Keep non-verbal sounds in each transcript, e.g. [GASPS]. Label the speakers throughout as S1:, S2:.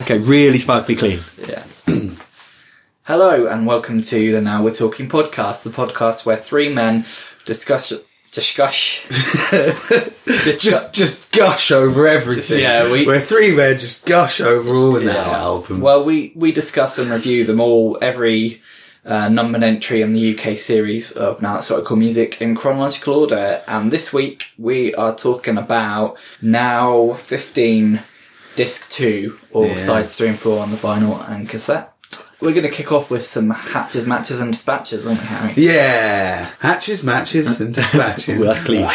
S1: Okay, really sparkly clean.
S2: Yeah. Hello and welcome to the Now We're Talking podcast, the podcast where three men discuss discuss discuss.
S3: Just, just gush over everything.
S2: yeah, we-
S3: are three men just gush over all the now albums.
S2: well, we we discuss and review them all every. Uh, numbered entry in the UK series of Now It's What I Call Music in chronological order, and this week we are talking about Now 15 Disc 2, or
S3: Yeah.
S2: sides 3 and 4 on the vinyl and cassette. We're going to kick off with some hatches, matches, and dispatches, aren't we, Harry?
S3: yeah, hatches, matches, and
S1: [LAUGHS]
S3: dispatches.
S1: Well, that's clean.
S3: [LAUGHS]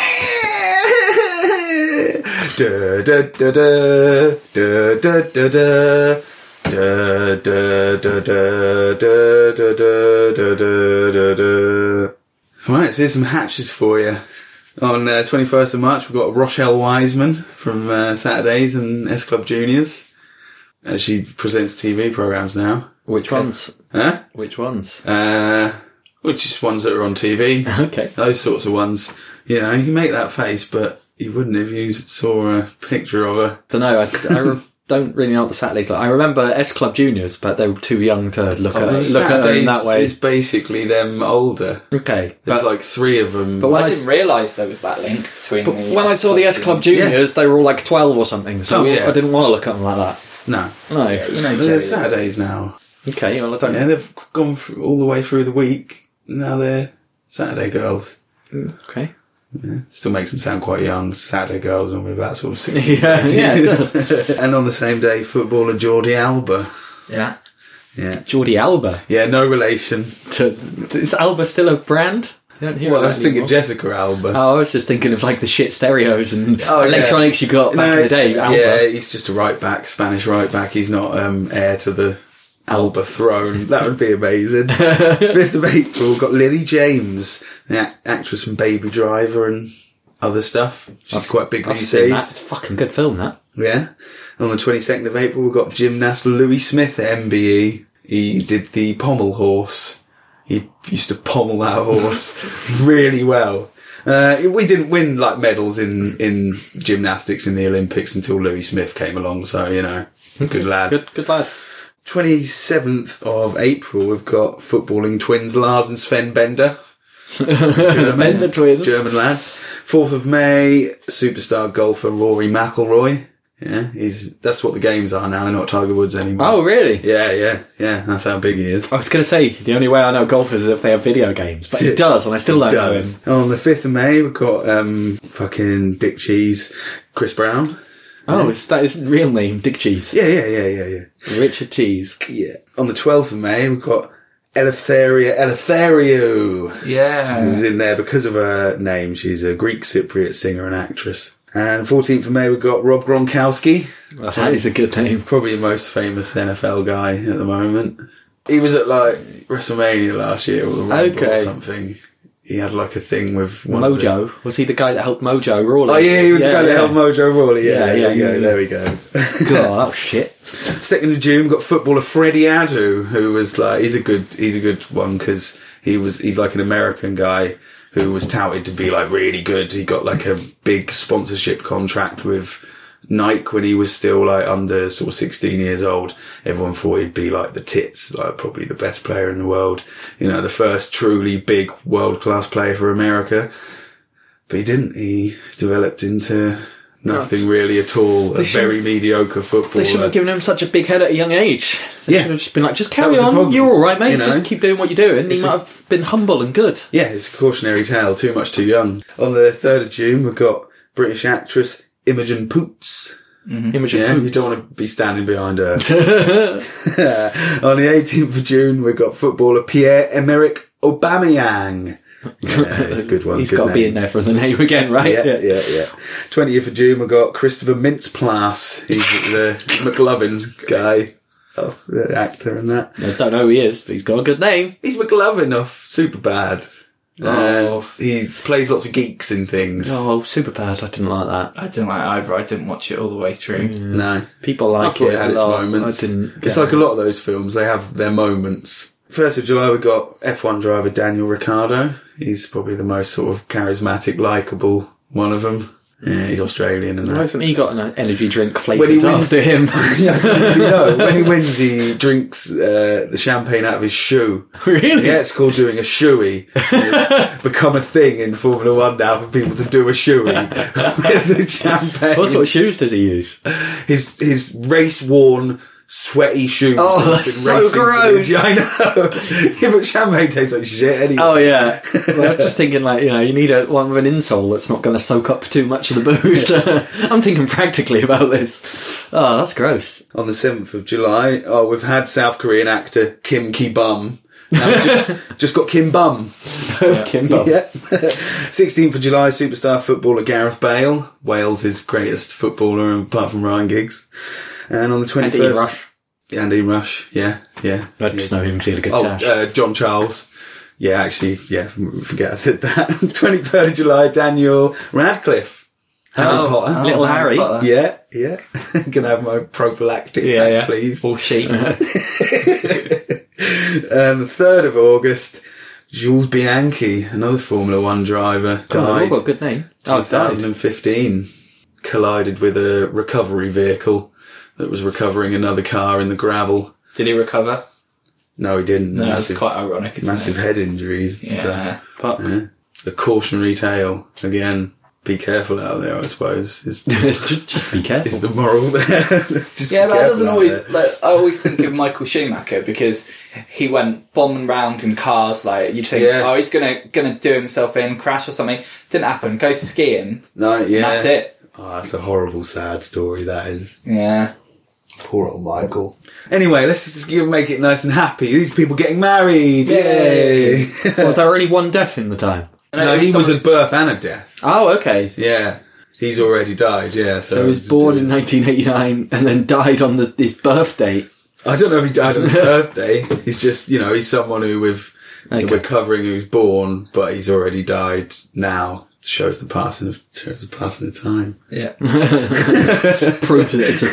S3: Da, da, da, da, da, da, da, da. Da, da, da, da, da, da, da, da, da, da, da. Right, so here's some hatches for you. On uh, 21st of March, we've got Rochelle Wiseman from uh, Saturdays and S Club Juniors. Uh, she presents TV programs now.
S1: Which ones?
S3: Huh?
S1: Which ones?
S3: Uh, which is ones that are on TV.
S1: Okay.
S3: Those sorts of ones. You know, you can make that face, but you wouldn't if you saw a picture of her.
S1: Don't know. I, I re- don't really know what the Saturdays like. I remember S Club Juniors, but they were too young to look at
S3: Saturdays
S1: look at them in that way.
S3: is basically them older.
S1: Okay,
S3: There's
S1: but
S3: like three of them.
S1: But when
S2: I
S1: I
S2: didn't
S1: s-
S2: realise there was that link between.
S1: But
S2: the
S1: when I saw the S Club Juniors, they were all like 12 or something, so
S3: Oh, yeah.
S1: I didn't want to look at them like that.
S3: no,
S1: No.
S2: you know,
S3: they're
S2: Joey,
S3: Saturdays now.
S1: Okay, well, I don't
S3: Yeah, they've gone through, all the way through the week. Now they're Saturday girls.
S1: Okay. [LAUGHS]
S3: Still makes them sound quite young. Saturday girls normally about sort of 16.
S1: Yeah, [LAUGHS] yeah, it does.
S3: [LAUGHS] and on the same day, footballer Jordi Alba.
S2: Yeah,
S3: Yeah,
S1: Geordie Alba.
S3: yeah, no relation.
S1: To, is Alba still a brand? I don't hear
S3: Well,
S1: of
S3: I
S1: that
S3: was thinking
S1: anymore.
S3: Jessica Alba.
S1: Oh, I was just thinking of like the shit stereos and
S3: [LAUGHS] Oh, yeah.
S1: electronics you got back
S3: No,
S1: in the day. Alba.
S3: Yeah, he's just a right back, Spanish right back. He's not um, heir to the Alba throne. [LAUGHS] That would
S1: [LAUGHS]
S3: be amazing. 5th of April, got Lily James, the a- actress from Baby Driver and other stuff. She's quite big
S1: I've
S3: these
S1: seen that.
S3: days.
S1: It's a fucking good film, that.
S3: Yeah. On the 22nd of April, we've got gymnast Louis Smith, MBE. E. He did the pommel horse. He used to pommel that horse really well. Uh, we didn't win like medals in, in gymnastics in the Olympics until Louis Smith came along, so you know, good lad.
S1: Good, good lad.
S3: 27th of April, we've got footballing twins Lars and Sven Bender. [LAUGHS] German,
S1: Bender twins.
S3: German lads. 4th of May, superstar golfer Rory McIlroy. Yeah, he's that's what the games are now, not Tiger Woods anymore.
S1: Oh, really?
S3: Yeah, yeah, yeah. That's how big he is.
S1: I was going to say, the only way I know golf is if they have video games, but it does, and I still don't know him.
S3: Does. On the 5th of May, we've got um, fucking Dick Cheese, Chris Brown.
S1: Oh, it's, that is his real name, Dick Cheese.
S3: Yeah, yeah, yeah, yeah, yeah.
S1: Richard Cheese.
S3: Yeah. On the 12th of May, we've got Eleftheria Eleftherio.
S2: yeah.
S3: who's in there because of her name. She's a Greek Cypriot singer and actress. And 14th of May, we've got Rob Gronkowski,
S1: that is a good name.
S3: probably the most famous NFL guy at the moment. He was at like WrestleMania last year or the Rumble
S1: Okay.
S3: or something. He had like a thing with one of the-
S1: Mojo. Was he the guy that helped Mojo Rawley?
S3: Oh yeah, he was the guy that
S1: yeah.
S3: held Mojo Rawley.
S1: Yeah,
S3: Yeah, there
S1: yeah,
S3: we go.
S1: yeah.
S3: There we go.
S1: God, that was shit.
S3: Second of June, got footballer Freddie Adu, who was like he's a good he's a good one because he was he's like an American guy who was touted to be like really good. He got like a big sponsorship contract with Nike when he was still like under sort of sixteen years old. Everyone thought he'd be like the tits, like probably the best player in the world. You know, the first truly big world class player for America. But he didn't. He developed into nothing really at all. A
S1: shouldn't-
S3: very mediocre
S1: They
S3: footballer.
S1: shouldn't have given him such a big head at a young age. They
S3: Yeah.
S1: should have just been like, just carry
S3: was the
S1: on.
S3: problem,
S1: You're all right, mate.
S3: you know?
S1: Just keep doing what you're doing. He
S3: It's
S1: might
S3: a- Mm-hmm.
S1: have been humble and good.
S3: Yeah, it's a cautionary tale, too much too young. On the 3rd of June, we've got British actress Imogen Poots.
S1: Imogen
S3: Yeah, you
S1: Poots.
S3: don't want to be standing behind
S1: [LAUGHS]
S3: her. [LAUGHS] On the 18th of June, we've got footballer Pierre-Emerick Aubameyang. Yeah, he's a good one.
S1: He's
S3: good
S1: got to be
S3: name.
S1: in there for the name again, right?
S3: Yeah, yeah, yeah. 20th of June, we've got Christopher Mintz-Plasse. He's the McLovin guy. off the actor and that.
S1: I don't know who he is, but he's got a good name.
S3: He's McLovin off Superbad.
S2: Oh.
S3: And he plays lots of geeks and things.
S1: Oh, Superbad, I didn't like that.
S2: I didn't like it either. I didn't watch it all the way through.
S3: No.
S1: People
S3: I
S1: like
S3: thought it
S1: it
S3: had
S1: a
S3: its
S1: lot.
S3: moments.
S1: I didn't.
S3: It's
S1: get
S3: like a lot of those films. They have their moments. First of July, we got F1 driver Daniel Ricciardo. He's probably the most sort of charismatic, likable one of them. Yeah, he's Australian and that.
S1: Hasn't he got an energy drink
S3: When he
S1: flavoured
S3: wins-
S1: after him?
S3: [LAUGHS]
S1: [LAUGHS]
S3: yeah, I didn't really know. When he wins, he drinks uh, the champagne out of his shoe.
S1: really?
S3: Yeah, it's called doing a shoey. [LAUGHS] It's become a thing in Formula One now for people to do a [LAUGHS] shoey with the champagne.
S1: What sort of shoes does he use?
S3: his his race worn sweaty shoes.
S1: Oh,
S3: that he's
S1: that's so
S3: racing for
S1: gross.
S3: the- [LAUGHS] Yeah, I know. yeah, but champagne tastes like shit anyway.
S1: Oh yeah. [LAUGHS] Well, I was just thinking, like you know, you need a one with an insole that's not going to soak up too much of the booze. [LAUGHS] I'm thinking practically about this. Oh, that's gross.
S3: On the seventh of July, oh, we've had South Korean actor Kim Ki Bum. Now
S1: [LAUGHS]
S3: we've just, just got Kim Bum.
S1: Kimbo.
S3: Yeah. [LAUGHS] 16th of July, superstar footballer Gareth Bale, Wales' greatest footballer apart from Ryan Giggs. And on the 23rd,
S1: Andy Rush.
S3: Andy Rush, yeah, yeah.
S1: I just know him 'cause he had a good
S3: Oh,
S1: dash.
S3: uh, John Charles. Yeah, actually, yeah, forget I said that. [LAUGHS] 23rd of July, Daniel Radcliffe. Harry
S2: Oh,
S3: Potter.
S2: oh,
S1: Little Harry.
S2: Potter.
S3: Yeah, yeah. [LAUGHS] Can I have my prophylactic
S2: Yeah,
S3: back,
S2: yeah.
S3: please?
S2: Or
S3: [LAUGHS]
S2: she.
S3: Um, the 3rd of August, Jules Bianchi, another Formula One driver,
S1: Oh, they've all
S3: died
S1: got a good name. Oh, died.
S3: 2015. Collided with a recovery vehicle that was recovering another car in the gravel.
S2: Did he recover?
S3: No, he didn't.
S2: No,
S3: massive,
S2: it's quite ironic. Isn't
S3: massive
S2: It?
S3: head injuries. and stuff.
S2: Yeah. But
S3: a cautionary tale again. Be careful out there, I suppose.
S1: [LAUGHS]
S2: [LAUGHS]
S3: Is,
S1: just, just be
S3: is
S1: careful.
S3: the moral there? [LAUGHS] Just be
S2: Yeah, but that
S3: careful
S2: doesn't
S3: out
S2: always.
S3: there.
S2: Like, I always think of Michael Schumacher because he went bombing round in cars. Like you'd think,
S3: Yeah.
S2: oh, he's gonna gonna do himself in, crash or something. Didn't happen. Go skiing.
S3: No, yeah.
S2: That's it.
S3: Oh, that's a horrible, sad story. That is
S2: Yeah.
S3: poor old Michael. Anyway, let's just give, make it nice and happy. These people getting married.
S2: Yay. [LAUGHS]
S3: Yay!
S1: was there only one death in the time?
S3: no, he was at birth and at death.
S1: Oh, okay.
S3: Yeah, he's already died. Yeah, so,
S1: So he was born in 1989 and then died on the, his birth date.
S3: I don't know if he died on his birthday. He's just, you know, he's someone who we've,
S1: Okay.
S3: we're covering who's born, but he's already died now. Shows the passing of, shows the passing of time.
S2: Yeah. [LAUGHS]
S1: Proves that it's a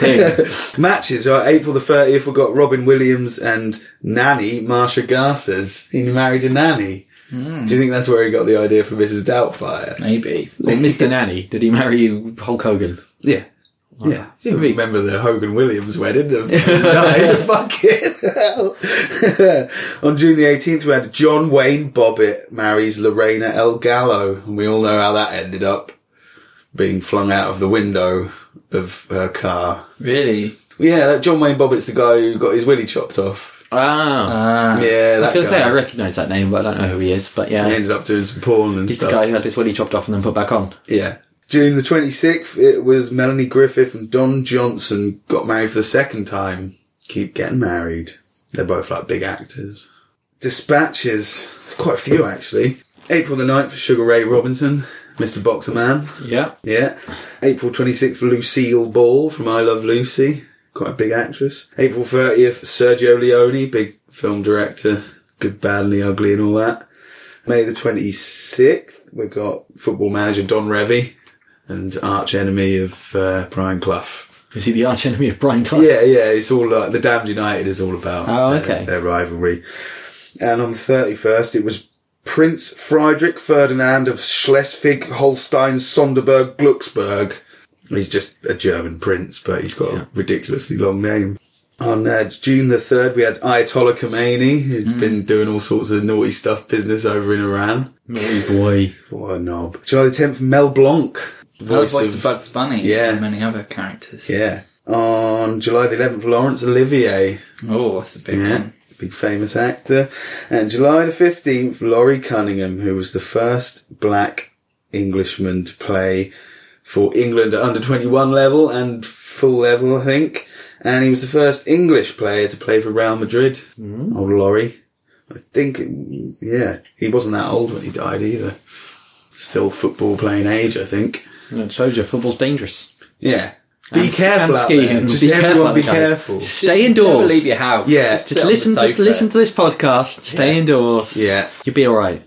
S1: [LAUGHS] thing.
S3: Matches are April the 30th, we've got Robin Williams and nanny Marsha Garces. He married a nanny. Do you think that's where he got the idea for Mrs. Doubtfire?
S2: Maybe.
S1: Or Mr. Nanny. Did he marry you, Hulk Hogan?
S3: Yeah. Yeah, you
S1: Maybe.
S3: remember the Hogan Williams wedding? The,
S1: [LAUGHS]
S3: died, fucking hell. [LAUGHS] On June the 18th, we had John Wayne Bobbitt marries Lorena El Gallo, and we all know how that ended up being flung out of the window of her car.
S2: Really.
S3: Yeah, that John Wayne Bobbitt's the guy who got his willy chopped off.
S1: Ah.
S2: Ah.
S3: Yeah,
S1: I
S3: that
S1: was going to
S3: guy.
S1: say, I recognise that name, but I don't know who he is. But yeah,
S3: He ended up doing some porn and
S1: he's
S3: stuff.
S1: the guy who had his willy chopped off and then put back on.
S3: Yeah. June the 26th, it was Melanie Griffith and Don Johnson got married for the second time. Keep getting married. They're both like big actors. Dispatches, quite a few actually. April the 9th, Sugar Ray Robinson, Mr. Boxer Man.
S1: Yeah.
S3: Yeah. April 26th, Lucille Ball from I Love Lucy. Quite a big actress. April 30th, Sergio Leone, big film director. Good, badly, ugly and all that. May the 26th, we've got football manager Don Revy and arch enemy of uh, Brian Clough.
S1: Is he the arch enemy of Brian Clark?
S3: Yeah, yeah, it's all uh, the Damned United is all about.
S1: Oh,
S3: their-
S1: okay.
S3: Their, rivalry. And on the 31st, it was Prince Friedrich Ferdinand of Schleswig Holstein Sonderburg Glucksburg. He's just a German prince, but he's got a ridiculously long name. On uh, June the 3rd, we had Ayatollah Khomeini, who'd
S2: Mm.
S3: been doing all sorts of naughty stuff business over in Iran.
S1: Naughty boy.
S3: What a knob. July the 10th, Mel Blanc.
S2: Oh, voice of Bugs Bunny.
S3: Yeah.
S2: And many other characters.
S3: Yeah. On July the 11th, Laurence Olivier.
S2: Oh, that's a big
S3: Yeah,
S2: one.
S3: big famous actor. And July the 15th, Laurie Cunningham, who was the first black Englishman to play for England at under 21 level and full level, I think. And he was the first English player to play for Real Madrid.
S2: Mm-hmm.
S3: Old Laurie. I think, yeah, he wasn't that old when he died either. Still football playing age, I think.
S1: And it shows you football's dangerous.
S3: Yeah. Be
S1: And-
S3: careful
S1: and
S3: out
S1: skiing.
S3: there. Just
S1: Be
S3: everyone
S1: careful out
S3: be
S1: there, guys.
S3: careful.
S1: Stay indoors.
S2: Never leave your house.
S3: Yeah.
S2: sit
S1: Just
S2: on the
S1: listen to
S2: sofa.
S1: listen to this podcast. Stay indoors.
S3: Yeah.
S1: you'll be all right.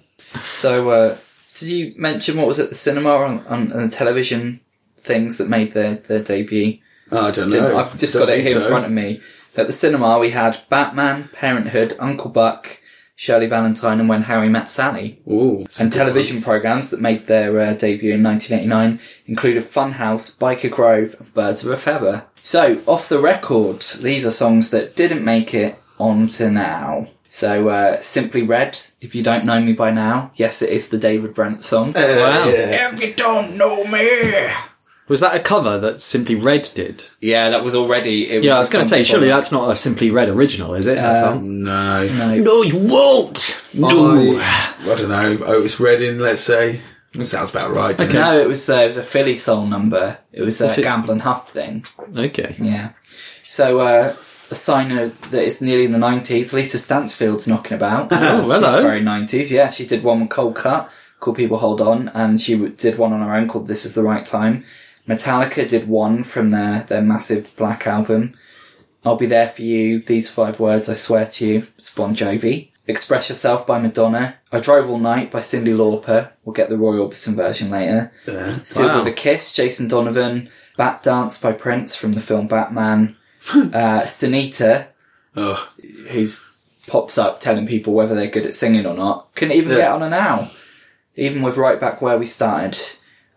S2: So, uh, did you mention what was at the cinema on, on, on the television things that made their, their debut?
S3: Oh, I don't
S2: Didn't-
S3: know.
S2: I've just
S3: Don't
S2: got it
S3: think
S2: here
S3: so.
S2: in front of me. At the cinema, we had Batman, Parenthood, Uncle Buck, Shirley Valentine, and When Harry Met Sally.
S3: Ooh, some
S2: and
S3: good
S2: television
S3: ones.
S2: programs that made their uh, debut in 1989 included Funhouse, Biker Grove, and Birds of a Feather. So, off the record, these are songs that didn't make it onto now. So, uh, Simply Red, if you don't know me by now, yes, it is the David Brent song.
S3: Uh,
S1: Wow.
S3: yeah.
S2: if you don't know me!
S1: Was that a cover that Simply Red did?
S2: Yeah, that was already. It was
S1: Yeah, I
S2: a
S1: was going to
S2: song
S1: say, surely
S2: before.
S1: that's not a Simply Red original, is it? That song?
S3: No.
S2: No.
S1: Um, No, you won't.
S3: I, I don't know. Otis Redding, let's say. That sounds about right. doesn't
S2: No, it was uh, it was a Philly soul number. It was a
S1: Was it-
S2: Gamble and Huff thing.
S1: Okay.
S2: Yeah. So uh, a sign of, that it's nearly the nineties. Lisa Stansfield's knocking about. [LAUGHS] oh,
S1: hello.
S2: She's very nineties. Yeah, she did one with Cold Cut called People Hold On, and she w- did one on her own called This Is the Right Time. Metallica did one from their their massive Black album. I'll be there for you. These five words, I swear to you. It's Bon Jovi. Express Yourself by Madonna. I Drove All Night by Cindy Lauper. We'll get the Roy Orbison version later.
S3: it? Yeah.
S2: Seal
S1: Wow.
S2: with a Kiss, Jason Donovan, Bat Dance by Prince from the film Batman, uh, Sunita,
S3: Ugh.
S2: who's pops up telling people whether they're good at singing or not, couldn't even get on an owl. Even with right back where we started.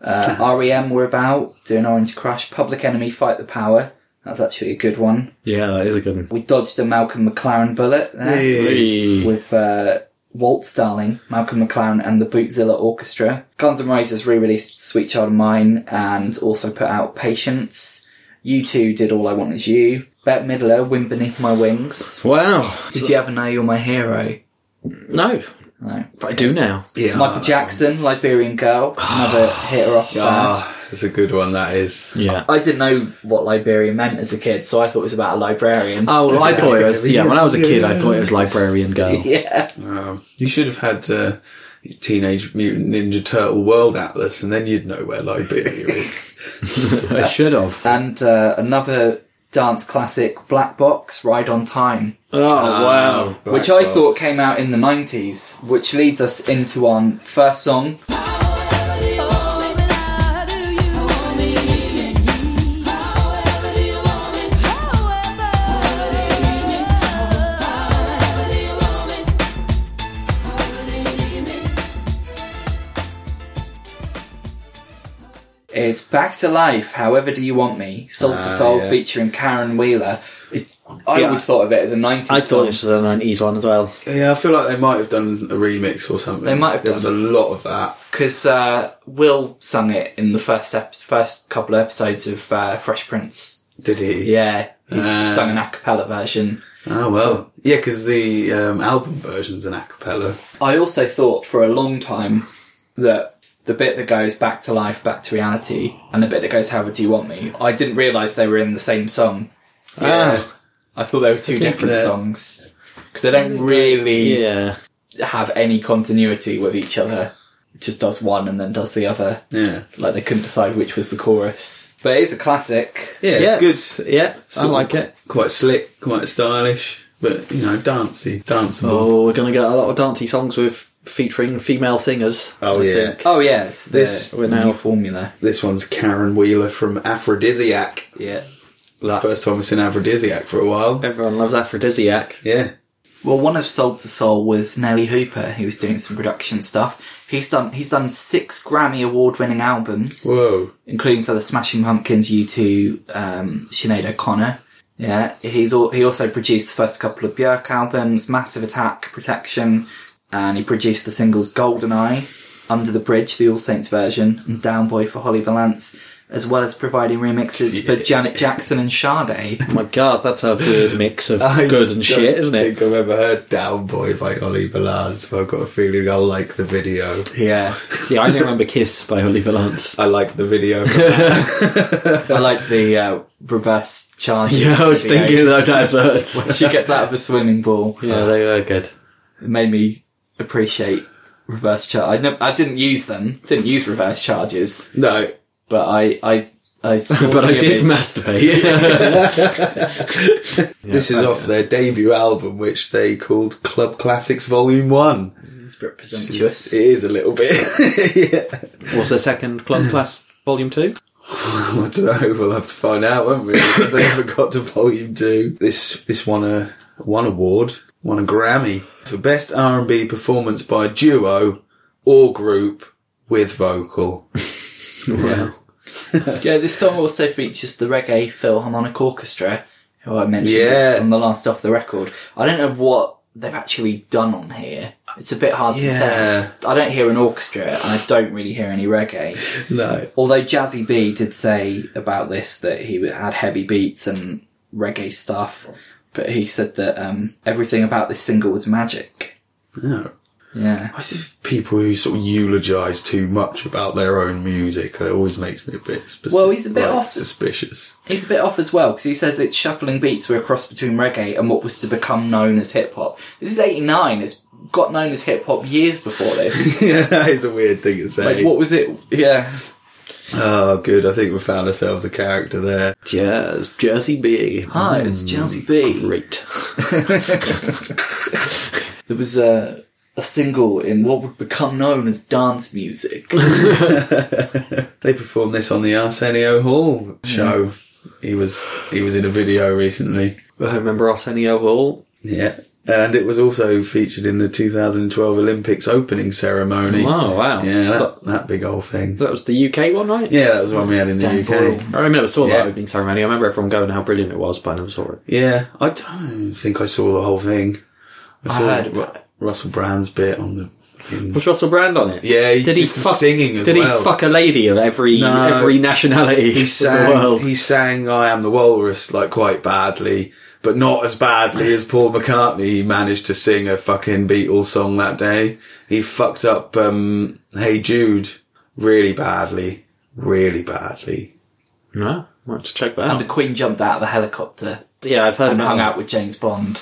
S2: Uh, REM we're about, doing Orange Crush, Public Enemy Fight the Power. That's actually a good one.
S1: Yeah, that is a good one.
S2: We dodged a Malcolm McLaren bullet there
S1: Hey.
S2: with uh, Waltz Darling, Malcolm McLaren, and the Bootzilla Orchestra. Guns N' Roses re-released "Sweet Child of Mine" and also put out "Patience." You 2 did "All I Want Is You." Bette Midler, "Wind Beneath My Wings."
S1: Wow.
S2: Did you ever know you're my hero?
S1: No,
S2: No.
S1: but I do now.
S3: Yeah.
S1: Uh,
S2: Michael Jackson, "Liberian Girl,"
S1: [SIGHS]
S2: another hit or off band.
S3: Ah, that's a good one, that is.
S1: Yeah.
S2: I didn't know what Liberian meant as a kid, so I thought it was about a librarian. [LAUGHS]
S1: Oh, well, I thought it was. Yeah, when I was a kid, I thought it was Librarian [LAUGHS] Girl.
S2: yeah.
S3: Um, you should have had uh, Teenage Mutant Ninja Turtle World Atlas, and then you'd know where
S2: [LAUGHS]
S3: Liberia is.
S1: I should have.
S2: And uh, another dance classic, Black Box, "Ride on Time."
S1: Oh wow.
S3: Um, Black
S2: which I
S3: Box.
S2: thought came out in the 90s, which leads us into our first song. It's Back to Life, However Do You Want Me, Soul to
S3: Ah,
S2: Soul
S3: yeah.
S2: featuring Karen Wheeler. It's, I
S1: Yeah.
S2: always thought of it as a 90s
S1: I
S2: song.
S1: thought this was a nineties one as well.
S3: Yeah, I feel like they might have done a remix or something.
S2: They might have
S3: There
S2: done.
S3: was a lot of that.
S2: Because uh, Will sung it in the first ep- first couple of episodes of uh, Fresh Prince.
S3: Did he?
S2: Yeah, he
S3: Ah.
S2: sung an a cappella version.
S3: Oh well. Yeah, because the um, album version's an a cappella.
S2: I also thought for a long time that the bit that goes back to life, back to reality, and the bit that goes, How do you want me? I didn't realise they were in the same song.
S3: Yeah.
S2: I thought they were two different
S3: Ah. that-
S2: songs. Because they don't really
S1: Yeah.
S2: have any continuity with each other. It just does one and then does the other.
S3: Yeah.
S2: Like they couldn't decide which was the chorus. But it is a classic.
S3: Yeah,
S1: yeah.
S3: it's good.
S1: Yeah. I
S3: Sort of
S1: like it.
S3: Quite slick, quite stylish, but you know, dancey, danceable.
S1: Oh, we're gonna get a lot of dancey songs with featuring female singers.
S3: Oh,
S1: I
S3: yeah.
S1: think.
S2: Oh, yes.
S3: This-
S2: This the
S1: now-
S2: new formula.
S3: This one's Karen Wheeler from Aphrodisiac.
S2: Yeah.
S3: First time I've seen Aphrodisiac for a while.
S1: Everyone loves aphrodisiac.
S3: Yeah.
S2: Well, one of Soul to Soul was Nelly Hooper, who was doing some production stuff. He's done he's done six Grammy award winning albums,
S3: Whoa.
S2: including for the Smashing Pumpkins, U2, um, Sinead O'Connor. Yeah, he's al- he also produced the first couple of Björk albums, Massive Attack, Protection, and he produced the singles Golden Eye, Under the Bridge, the All Saints version, and Down Boy for Holly Valance, as well as providing remixes for Janet Jackson and Sade.
S1: Oh my god, that's a weird mix [LAUGHS] of
S3: I
S1: good and shit,
S3: don't
S1: isn't it?
S3: think I've ever heard Down Boy by Ollie Ballard, so I've got a feeling I'll like the video.
S2: Yeah,
S1: Yeah, I only remember Kiss by Holly [LAUGHS] Valance.
S3: I like the [LAUGHS] video.
S2: I like the uh, reverse
S1: [LAUGHS]
S2: charge.
S1: Yeah, I was
S2: video.
S1: thinking of those [LAUGHS] adverts.
S2: she gets out of a swimming pool.
S1: yeah, they were good.
S2: It made me appreciate reverse charge. I, nev- I didn't use them, didn't use reverse charges,
S3: no.
S2: but I, I
S1: [LAUGHS]
S2: I saw
S1: [LAUGHS] but
S2: the
S1: I did
S2: image.
S1: masturbate. [LAUGHS]
S3: this is off their debut album, which they called Club Classics Volume One.
S2: It's a bit presumptuous.
S3: It is a little bit. [LAUGHS] yeah.
S1: What's their second [CLEARS THROAT] club class volume two?
S3: [LAUGHS] I don't know. We'll have to find out, won't we? If they ever got to volume two. This this won a one award, won a Grammy for best R and B performance by duo or group with
S2: [LAUGHS]
S3: vocal. yeah.
S2: Yeah, this song also features the Reggae Philharmonic Orchestra, who I mentioned
S3: Yeah.
S2: is on the last off the record. I don't know what they've actually done on here. It's a bit hard
S3: Yeah.
S2: to tell. I don't hear an orchestra, and I don't really hear any reggae.
S3: No.
S2: Although Jazzy B did say about this that he had heavy beats and reggae stuff, but he said that um, everything about this single was magic.
S3: No.
S2: Yeah.
S3: I see people who sort of eulogise too much about their own music. It always makes me a bit suspicious.
S2: Well, he's a bit
S3: like,
S2: off-
S3: suspicious. [LAUGHS]
S2: He's a bit off as well because he says it's shuffling beats were a cross between reggae and what was to become known as hip hop. This is '89. It's got known as hip hop years before
S3: [LAUGHS]
S2: this.
S3: yeah, it's a weird thing to say.
S2: like, what was it? Yeah,
S3: Oh, good. I think we found ourselves a character there.
S1: Jazz, Jersey B.
S2: hi, it's Jazzy B.
S1: Great.
S2: [LAUGHS] There was a a single in what would become known as dance music.
S3: They performed this on the Arsenio Hall show.
S2: Hmm.
S3: He was he was in a video recently.
S1: I remember Arsenio Hall.
S3: Yeah. And it was also featured in the 2012 Olympics opening ceremony.
S1: Oh wow.
S3: Yeah,
S1: But
S3: that, that big old thing.
S1: that was the UK one, right?
S3: Yeah, that was the one we had in the
S2: Dan
S3: UK.
S2: Boyle.
S1: I remember never saw
S3: Yeah.
S1: that opening ceremony. I remember everyone going how brilliant it was, but I never saw it.
S3: Yeah, I don't think I saw the whole thing.
S2: I
S3: saw
S2: heard
S3: Ru-
S2: about it.
S3: Russell Brand's bit on the. in-
S1: Was Russell Brand on it?
S3: Yeah, he did some singing as
S1: Did
S3: well.
S1: he fuck a lady of every
S3: No.
S1: every nationality
S3: he
S1: of the
S3: sang
S1: world?
S3: he sang I Am the Walrus like quite badly, but not as badly as Paul McCartney managed to sing a fucking Beatles song that day. He fucked up um Hey Jude really badly. Really badly.
S1: no, might have to check that
S2: and the
S1: out.
S2: Queen jumped out of the helicopter
S1: Yeah, I've heard
S2: and
S1: about
S2: hung
S1: that.
S2: out with James Bond.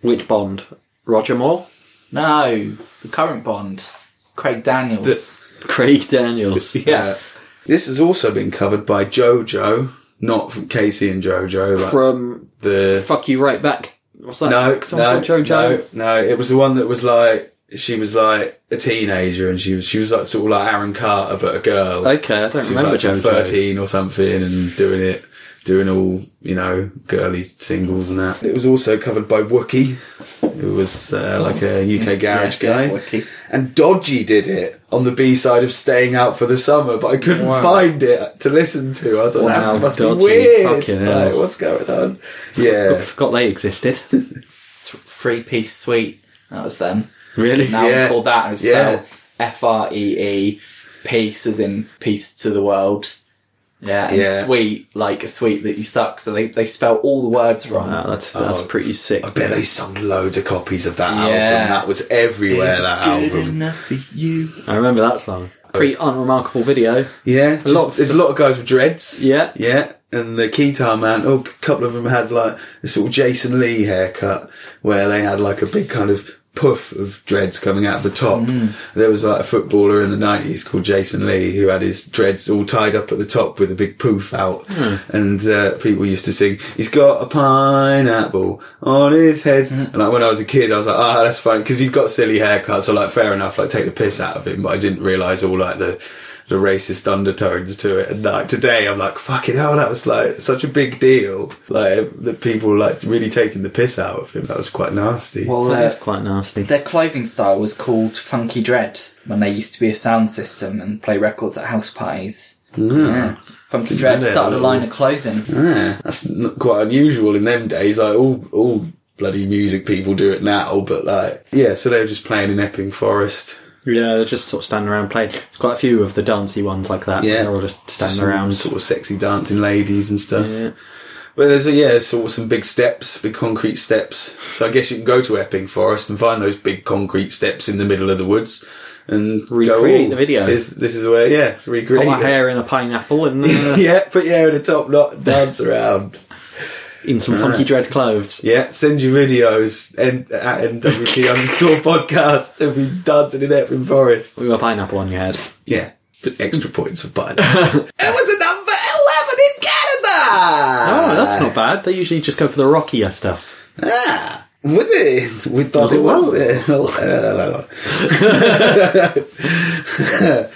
S1: Which Bond? Roger Moore, [LAUGHS]
S2: No, the current Bond, Craig Daniels.
S1: Craig Daniels.
S3: [LAUGHS]
S2: yeah.
S3: Uh, this has also been covered by Jojo, not from Casey and Jojo, like
S1: from
S3: the
S1: Fuck You Right Back. What's that?
S3: No,
S1: Tom
S3: no,
S1: Jojo.
S3: no, no. It was the one that was like she was like a teenager, and she was she was like sort of like Aaron Carter, but a girl.
S1: Okay, I don't
S3: she was
S1: remember
S3: like sort of
S1: Jojo.
S3: thirteen or something, and doing it, doing all you know girly singles and that. It was also covered by Wookie, who was uh, like a UK garage
S2: yeah,
S3: guy,
S2: Wookie.
S3: and Dodgy did it on the B side of "Staying Out for the Summer," but I couldn't find it to listen to. I was like,
S1: Wow,
S3: that must
S1: Dodgy,
S3: be weird.
S1: fucking hell.
S3: Like, what's going on?
S1: I
S3: Yeah.
S1: forgot they existed.
S2: Three piece suite. That was them.
S1: [LAUGHS] really?
S2: Now
S3: Yeah.
S2: we call that and
S3: Yeah.
S2: spell F R E E peace as in peace to the world. Yeah, and
S3: Yeah.
S2: sweet like a sweet that you suck. So they, they spell all the words wrong.
S3: Ah,
S1: Wow, that's that's pretty sick.
S3: [LAUGHS] I bet they sold loads of copies of that
S2: Yeah.
S3: album. That was everywhere.
S2: It's
S3: that
S2: good
S3: album.
S2: enough for you.
S1: I remember that song. Pretty unremarkable video.
S3: Yeah, just-
S1: lot of-
S3: there's a lot of guys with dreads.
S1: Yeah.
S3: yeah, and the guitar man. Oh, a couple of them had like a sort of Jason Lee haircut, where they had like a big kind of puff of dreads coming out of the top. There was like a footballer in the nineties called Jason Lee who had his dreads all tied up at the top with a big poof out, and uh, people used to sing, "He's got a pineapple on his head." And like when I was a kid, I was like, "Ah, that's funny," because he's got silly haircuts. So like, fair enough, like take the piss out of him, but I didn't realise all like the the racist undertones to it. And like today, I'm like, fucking hell, that was like such a big deal. Like that people were, like really taking the piss out of him. That was quite nasty.
S2: Well,
S1: That
S2: uh,
S1: is quite nasty.
S2: their clothing style was called Funky Dread when they used to be a sound system and play records at house parties.
S1: Hmm.
S2: Yeah. Funky Dread
S3: know that
S2: started a
S3: little-
S2: line of clothing.
S3: yeah, that's not quite unusual in them days. Like all all bloody music people do it now, but like yeah, so they were just playing in Epping Forest.
S1: Yeah, they're just sort of standing around playing. There's quite a few of the dancey ones like that.
S3: Yeah.
S1: They're all just standing
S3: Some
S1: around.
S3: sort of sexy dancing ladies and stuff.
S1: Yeah.
S3: But there's a, yeah, sort of some big steps, big concrete steps. So I guess you can go to Epping Forest and find those big concrete steps in the middle of the woods and go,
S1: Recreate
S3: "Oh,
S1: the video."
S3: This, this is where, yeah, recreate.
S1: Put my
S3: it. [LAUGHS]
S1: hair in a pineapple and [LAUGHS] uh,
S3: yeah, put your hair in a top knot, and dance around.
S1: in some funky dread clothes.
S3: Yeah, send your videos and at
S1: [LAUGHS]
S3: NWT underscore podcast of you dancing in Epping Forest.
S1: With a pineapple on your head. [LAUGHS]
S3: Yeah, extra points for Biden. it was a number Ah!
S1: Oh, that's not bad. They usually just go for the rockier stuff.
S3: Ah! With it! We thought
S1: Was
S3: it
S1: it
S3: was. [LAUGHS]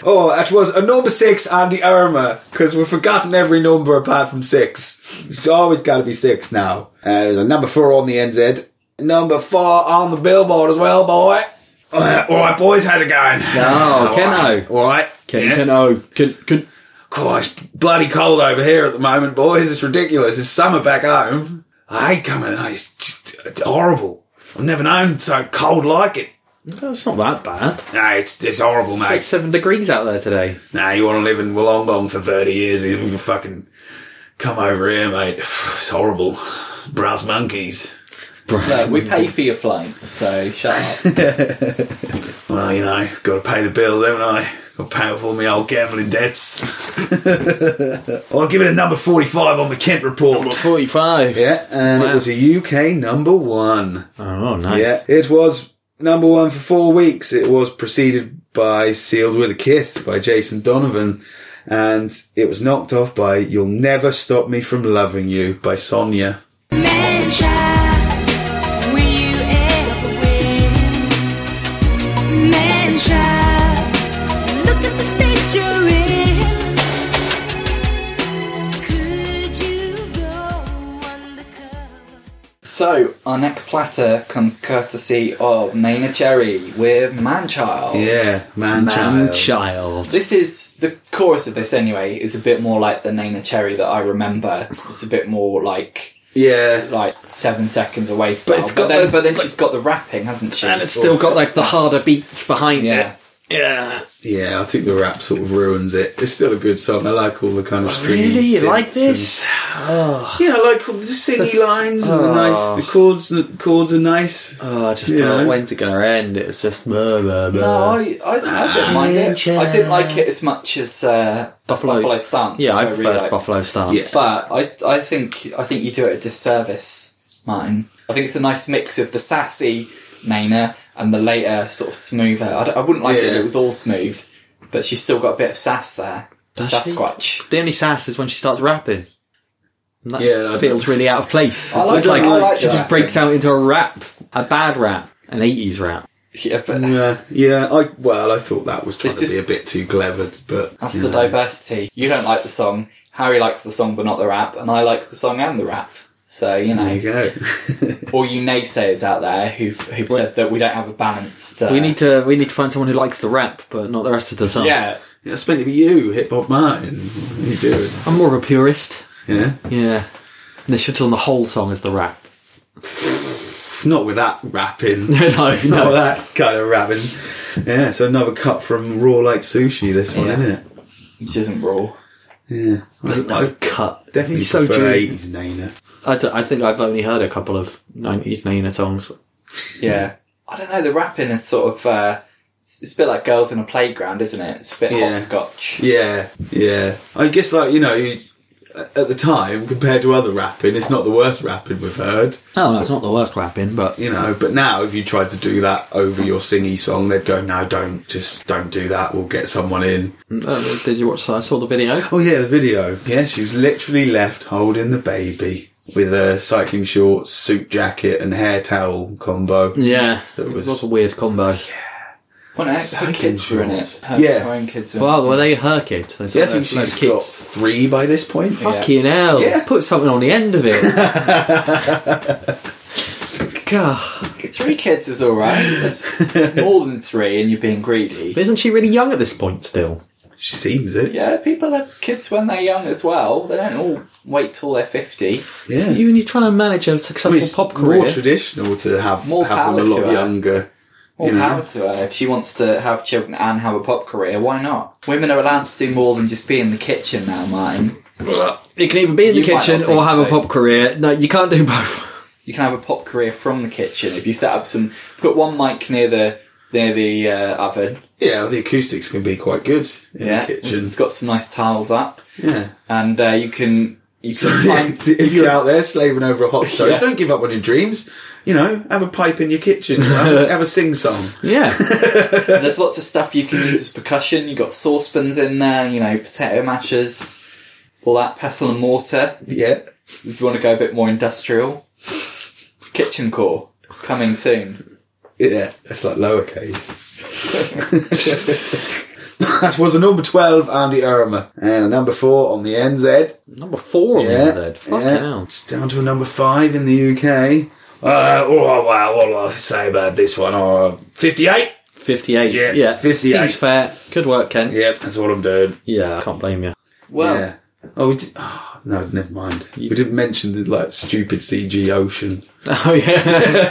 S3: oh, that was a number six on the armour, because we've forgotten every number apart from six. It's always got to be six now. Uh, there's a number four on the NZ. Number four on the billboard as well, boy. Uh, all right, boys, how's it going?
S1: No, Keno.
S3: All right.
S1: Ken,
S3: Yeah.
S1: Keno, can, can,
S3: God, it's bloody cold over here at the moment, boys. It's ridiculous. It's summer back home. I hate coming home. It's just it's horrible. I've never known so cold like it.
S1: oh, it's not that bad.
S3: Nah, it's it's horrible,
S1: It's like
S3: mate.
S1: seven degrees out there today.
S3: Nah, you want to live in Wollongong for thirty years? You can fucking come over here, mate. [SIGHS] It's horrible. Brass monkeys.
S2: No, we pay for your flight, so shut
S1: [LAUGHS]
S2: up.
S3: Well, you know, got to pay the bills, haven't I? Got to pay off all my old gambling debts. [LAUGHS] I'll give it a number forty-five on the Kent report.
S1: 45.
S3: Yeah, and it
S1: Wow.
S3: was a UK number one.
S1: Oh, nice.
S3: Yeah, it was number one for four weeks. It was preceded by Sealed with a Kiss by Jason Donovan. And it was knocked off by You'll Never Stop Me From Loving You by Sonia.
S4: Manchild, will you ever win? Manchild, look at the state you're in. Could you go undercover?
S2: so, our next platter comes courtesy of Naina Cherry with Manchild.
S3: Yeah, man,
S1: Man
S3: child.
S1: child.
S2: This is the chorus of this anyway. Is a bit more like the Naina Cherry that I remember. It's a bit more like
S3: Yeah.
S2: like seven seconds away style. But,
S1: it's got
S2: then,
S1: those-
S2: but then
S1: but-
S2: she's got the rapping, hasn't she?
S1: And it's still got like the
S2: That's-
S1: harder beats behind
S2: Yeah.
S1: it. Yeah.
S3: Yeah, I think the rap sort of ruins it. It's still a good song. I like all the kind of strings.
S1: Really? You like this? Oh,
S3: Yeah, I like all the silly lines and the
S1: Oh.
S3: nice, the chords, the chords are nice.
S1: oh just
S3: Yeah.
S1: thought, when's it going to end? It's just. Blah, blah, blah.
S2: No, I, I, I didn't mind it.
S1: Nature.
S2: I didn't like it as much as uh, Buffalo,
S1: Buffalo-
S2: Buffalo Stance.
S1: yeah,
S2: which
S1: I
S2: really
S1: prefer
S2: liked.
S1: Buffalo Stance.
S3: Yeah.
S2: But I, I think I think you do it a disservice, Martin. I think it's a nice mix of the sassy Nana and the later sort of smoother. I, d- I wouldn't like it if
S3: Yeah.
S2: it was all smooth, but she's still got a bit of sass there.
S1: Does she?
S2: Sasquatch. [LAUGHS]
S1: The only sass is when she starts rapping. And that
S3: Yeah, I don't-
S1: feels really out of place.
S2: I
S1: It's
S2: like
S1: just
S2: that-
S1: like,
S2: I like
S1: she
S2: that.
S1: just breaks out into a rap, a bad rap, an 80s rap.
S2: Yeah, but
S1: Mm.
S3: Yeah, uh, yeah. I well, I thought that was trying
S2: It's
S3: to
S2: just-
S3: be a bit too clever, but
S2: that's
S3: you
S2: the
S3: know.
S2: diversity. You don't like the song. Harry likes the song but not the rap, and I like the song and the rap. So you know,
S3: There you go. [LAUGHS]
S2: all you naysayers out there who've who've said that we don't have a balanced. Uh,
S1: We need to we need to find someone who likes the rap, but not the rest of the song.
S2: Yeah,
S3: yeah, it's meant to be you, Hip Hop Martin. What are you doing?
S1: I'm more of a purist.
S3: Yeah,
S1: Yeah. And they should have done the whole song as the rap.
S3: not with that
S1: [LAUGHS]
S3: rapping.
S1: no,
S3: Not with
S1: no.
S3: that kind of rapping. Yeah, so another cut from Raw Like Sushi. This one,
S2: Yeah.
S3: isn't it?
S2: which isn't raw.
S3: Yeah, I,
S1: No
S3: I
S1: cut.
S3: definitely
S1: so
S3: prefer
S1: dreamy.
S3: eighties Nana.
S1: I, don't- I think I've only heard a couple of 90s Nina songs.
S2: Yeah. I don't know, the rapping is sort of, uh, it's it's a bit like girls in a playground, isn't it? It's a bit
S3: Yeah.
S2: hopscotch.
S3: Yeah, yeah. I guess like you know, you, at the time compared to other rapping, it's not the worst rapping we've heard.
S1: Oh, no, it's not the worst rapping, but
S3: you know but now if you tried to do that over your singy song they'd go no don't just don't do that we'll get someone in
S1: uh, did you watch? I saw the video.
S3: oh yeah the video yeah she was literally left holding the baby with a cycling shorts suit jacket and hair towel combo
S1: Yeah,
S3: That was-
S1: it was a weird combo.
S2: Well, no, her kids were in it. Her,
S3: Yeah.
S2: her own kids were
S1: Well, were they her kid? They
S3: yeah,
S1: said
S3: I think
S1: there's no
S3: she's got three by this point
S1: Fucking hell!
S3: Yeah.
S1: Put something on the end of
S3: [LAUGHS]
S1: it. God,
S2: Three kids is alright.
S1: [LAUGHS]
S2: That's more than three and you're being greedy.
S1: but isn't she really young at this point still?
S3: she seems it
S2: yeah, people have kids when they're young as well. They don't all wait till they're 50.
S3: yeah.
S1: You and you're trying to manage a successful
S3: I mean, it's
S1: pop
S3: more
S1: career.
S3: traditional to have
S2: More
S3: have them
S2: power
S3: a
S2: to
S3: lot
S2: her.
S3: younger
S2: More
S3: You know.
S2: power to her. If she wants to have children and have a pop career, why not? Women are allowed to do more than just be in the kitchen now, Martin.
S1: You can either be in the
S2: You might not
S1: kitchen
S2: think
S1: or have a
S2: so.
S1: pop career. No, you can't do both.
S2: you can have a pop career from the kitchen if you set up some put one mic near the near the uh, oven
S3: yeah the acoustics can be quite good in
S2: yeah
S3: the kitchen
S2: [LAUGHS] you've got some nice tiles up
S3: yeah
S2: and uh, you can you can find
S3: [LAUGHS] if you're out there slaving over a hot stove,
S2: Yeah.
S3: don't give up on your dreams. You know, have a pipe in your kitchen, have, have a sing song.
S1: Yeah,
S2: there's lots of stuff you can use as percussion you've got saucepans in there you know potato mashers All that pestle and mortar.
S3: Yeah.
S2: If you want to go a bit more industrial, kitchen core coming soon.
S3: Yeah, that's like lowercase. [LAUGHS] that was a number 12, Andy Irma. And a number 4 on the NZ.
S1: Number four on the NZ. Fucking
S3: yeah.
S1: hell.
S3: It's down to a number 5 in the UK. Uh, oh, wow, what do I say about this one? Oh, 58?
S1: 58.
S3: Yeah,
S1: yeah.
S3: 58.
S1: Seems fair. Good work, Ken. Yeah.
S3: Yep, that's what I'm doing.
S1: I can't blame you.
S2: Well,
S3: Yeah. Oh, we did, oh, no, never mind. We didn't mention the like stupid CG ocean,
S1: [LAUGHS] Oh,
S3: [LAUGHS]
S1: yeah.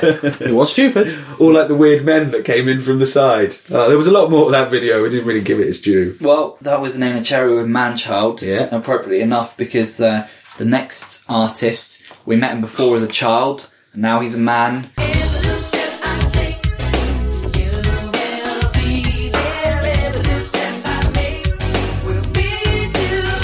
S1: it was stupid.
S3: or like the weird men that came in from the side. Uh, there was a lot more to that video. We didn't really give it its due.
S2: Well, that was an Cherry with Manchild,
S3: Yeah.
S2: appropriately enough, because uh, the next artist, we met him before as a child, and now he's a man.
S4: Every step I take, you will be there. Every step I make, we'll be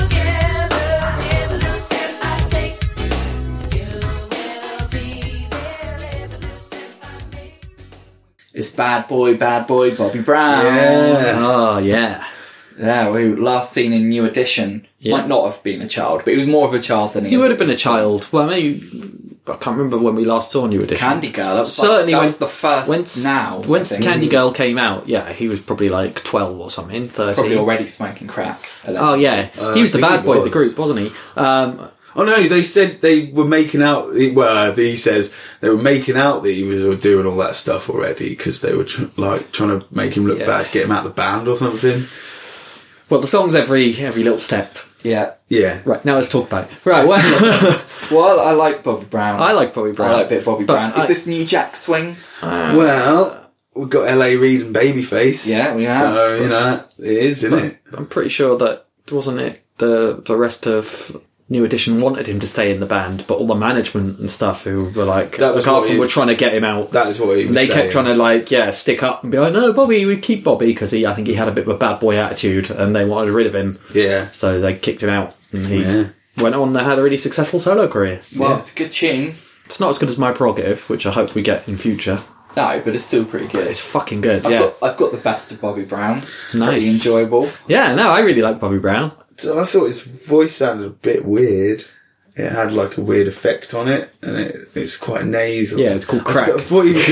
S4: together. Every step I take, you will be there. Every step I make.
S2: It's Bad Boy, Bad Boy, Bobby Brown.
S3: Ah, Yeah.
S1: Oh, yeah.
S2: Yeah, we last seen in New Edition.
S1: Yeah.
S2: Might not have been a child, but he was more of a child than he
S1: He
S2: is
S1: would have
S2: at
S1: been a
S2: this point.
S1: child. Well, maybe. I can't remember when we last saw New Edition.
S2: Candy Girl. That
S1: Certainly
S2: certainly that
S1: when-
S2: was the first.
S1: Once
S2: now, I
S1: once
S2: think.
S1: Candy Girl came out, yeah, he was probably like twelve or something, thirteen.
S2: probably already smoking crack.
S1: Oh yeah, he was the
S3: Uh, I think
S1: bad
S3: he
S1: boy of the
S3: was.
S1: group, wasn't he? Um,
S3: Oh no, they said they were making out. Well, uh, he says they were making out that he was uh, doing all that stuff already because they were tr- like trying to make him look
S1: Yeah.
S3: bad, get him out of the band or something.
S1: well, the song's every every little step.
S2: yeah.
S3: Yeah.
S1: Right now, let's talk about it. right. Well, [LAUGHS]
S2: Well, I like Bobby Brown.
S1: I like Bobby Brown.
S2: I like a bit of Bobby
S1: But
S2: Brown. Is
S1: I-
S2: this new Jack Swing?
S3: Well, we've got L.A. Reid and Babyface.
S2: Yeah, we have.
S3: So you know it is, isn't it?
S1: I'm pretty sure that wasn't it. The the rest of New Edition wanted him to stay in the band, but all the management and stuff who were like
S3: That was
S1: apart
S3: what
S1: from
S3: he-
S1: were trying to get him out.
S3: That is what he was
S1: they kept
S3: saying.
S1: trying to like yeah stick up and be like no Bobby we keep Bobby because he I think he had a bit of a bad boy attitude and they wanted rid of him
S3: Yeah.
S1: so they kicked him out and he
S3: Yeah.
S1: went on and had a really successful solo career
S2: Well,
S3: Yeah.
S2: it's a good tune.
S1: it's not as good as my prerogative which I hope we get in future
S2: No, but it's still pretty
S1: but
S2: good.
S1: it's fucking good
S2: I've,
S1: yeah
S2: got, I've got the best of Bobby Brown. It's
S1: Nice.
S2: pretty enjoyable.
S1: yeah no I really like Bobby Brown
S3: So I thought his voice sounded a bit weird. It had like a weird effect on it, and it, it's quite nasal.
S1: yeah it's called crack
S3: I thought he was-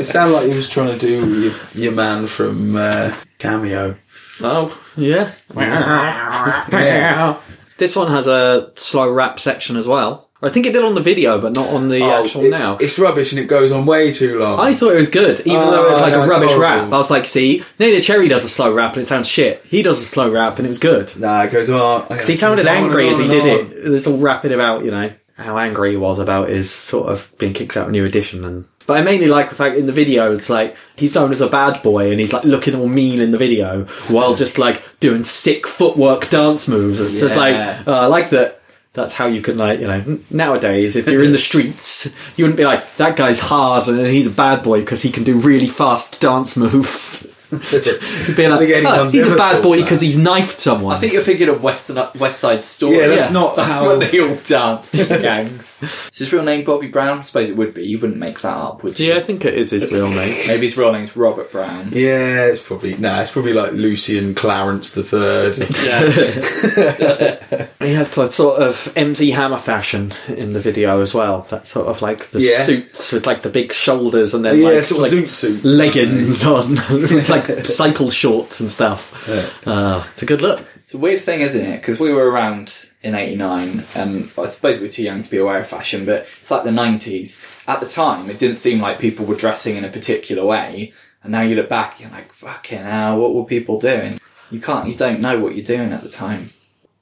S3: it sounded like he was trying to do your, your man from uh, Cameo.
S1: oh yeah [LAUGHS]
S3: Yeah.
S1: this one has a slow rap section as well I think it did on the video but not on the actual
S3: Oh, it-
S1: now
S3: It's rubbish and it goes on way too long.
S1: I thought it was good, even
S3: Oh,
S1: though it was like
S3: no,
S1: a
S3: it's
S1: rubbish
S3: horrible.
S1: rap. I was like, see, Nina Cherry does a slow rap and it sounds shit. He does a slow rap and it was good.
S3: nah, it goes on. Because
S1: he sounded angry as he did it. It's all rapping about, you know, how angry he was about his sort of being kicked out of New Edition. And But I mainly like the fact in the video, it's like he's known as a bad boy and he's like looking all mean in the video while just like doing sick footwork dance moves. It's just like,
S2: Yeah.
S1: oh, I like that. That's how you can like you know nowadays if you're in the streets you wouldn't be like that guy's hard and then he's a bad boy because he can do really fast dance moves. [LAUGHS] You'd be like,
S3: think
S1: "Oh,
S3: anyone's
S1: he's a
S3: ever
S1: bad
S3: thought
S1: boy
S3: that."
S1: because he's knifed someone.
S2: I think you're thinking of West, West Side Story.
S3: Yeah, that's not
S2: That's
S3: how-
S2: when they all dance in [LAUGHS] gangs. Is his real name Bobby Brown? I suppose it would be. You wouldn't make that up, would you?
S1: Yeah, I think it is his real name.
S2: Maybe his real name's Robert Brown.
S3: Yeah, it's probably nah. It's probably like Lucian Clarence
S1: [LAUGHS]
S3: the Third.
S2: Yeah.
S1: He has the sort of MZ Hammer fashion in the video as well. That sort of like the
S3: Yeah.
S1: suits with like the big shoulders and then
S3: Yeah,
S1: like,
S3: sort of
S1: like
S3: zoot suits.
S1: leggings on, [LAUGHS] with,
S3: [LAUGHS]
S1: like cycle shorts and stuff. Uh, it's a good look.
S2: It's a weird thing, isn't it? Because we were around in '89, and I suppose we're too young to be aware of fashion, but it's like the '90s. At the time, it didn't seem like people were dressing in a particular way, and now you look back, you're like, "Fucking hell, what were people doing?" You can't, you don't know what you're doing at the time.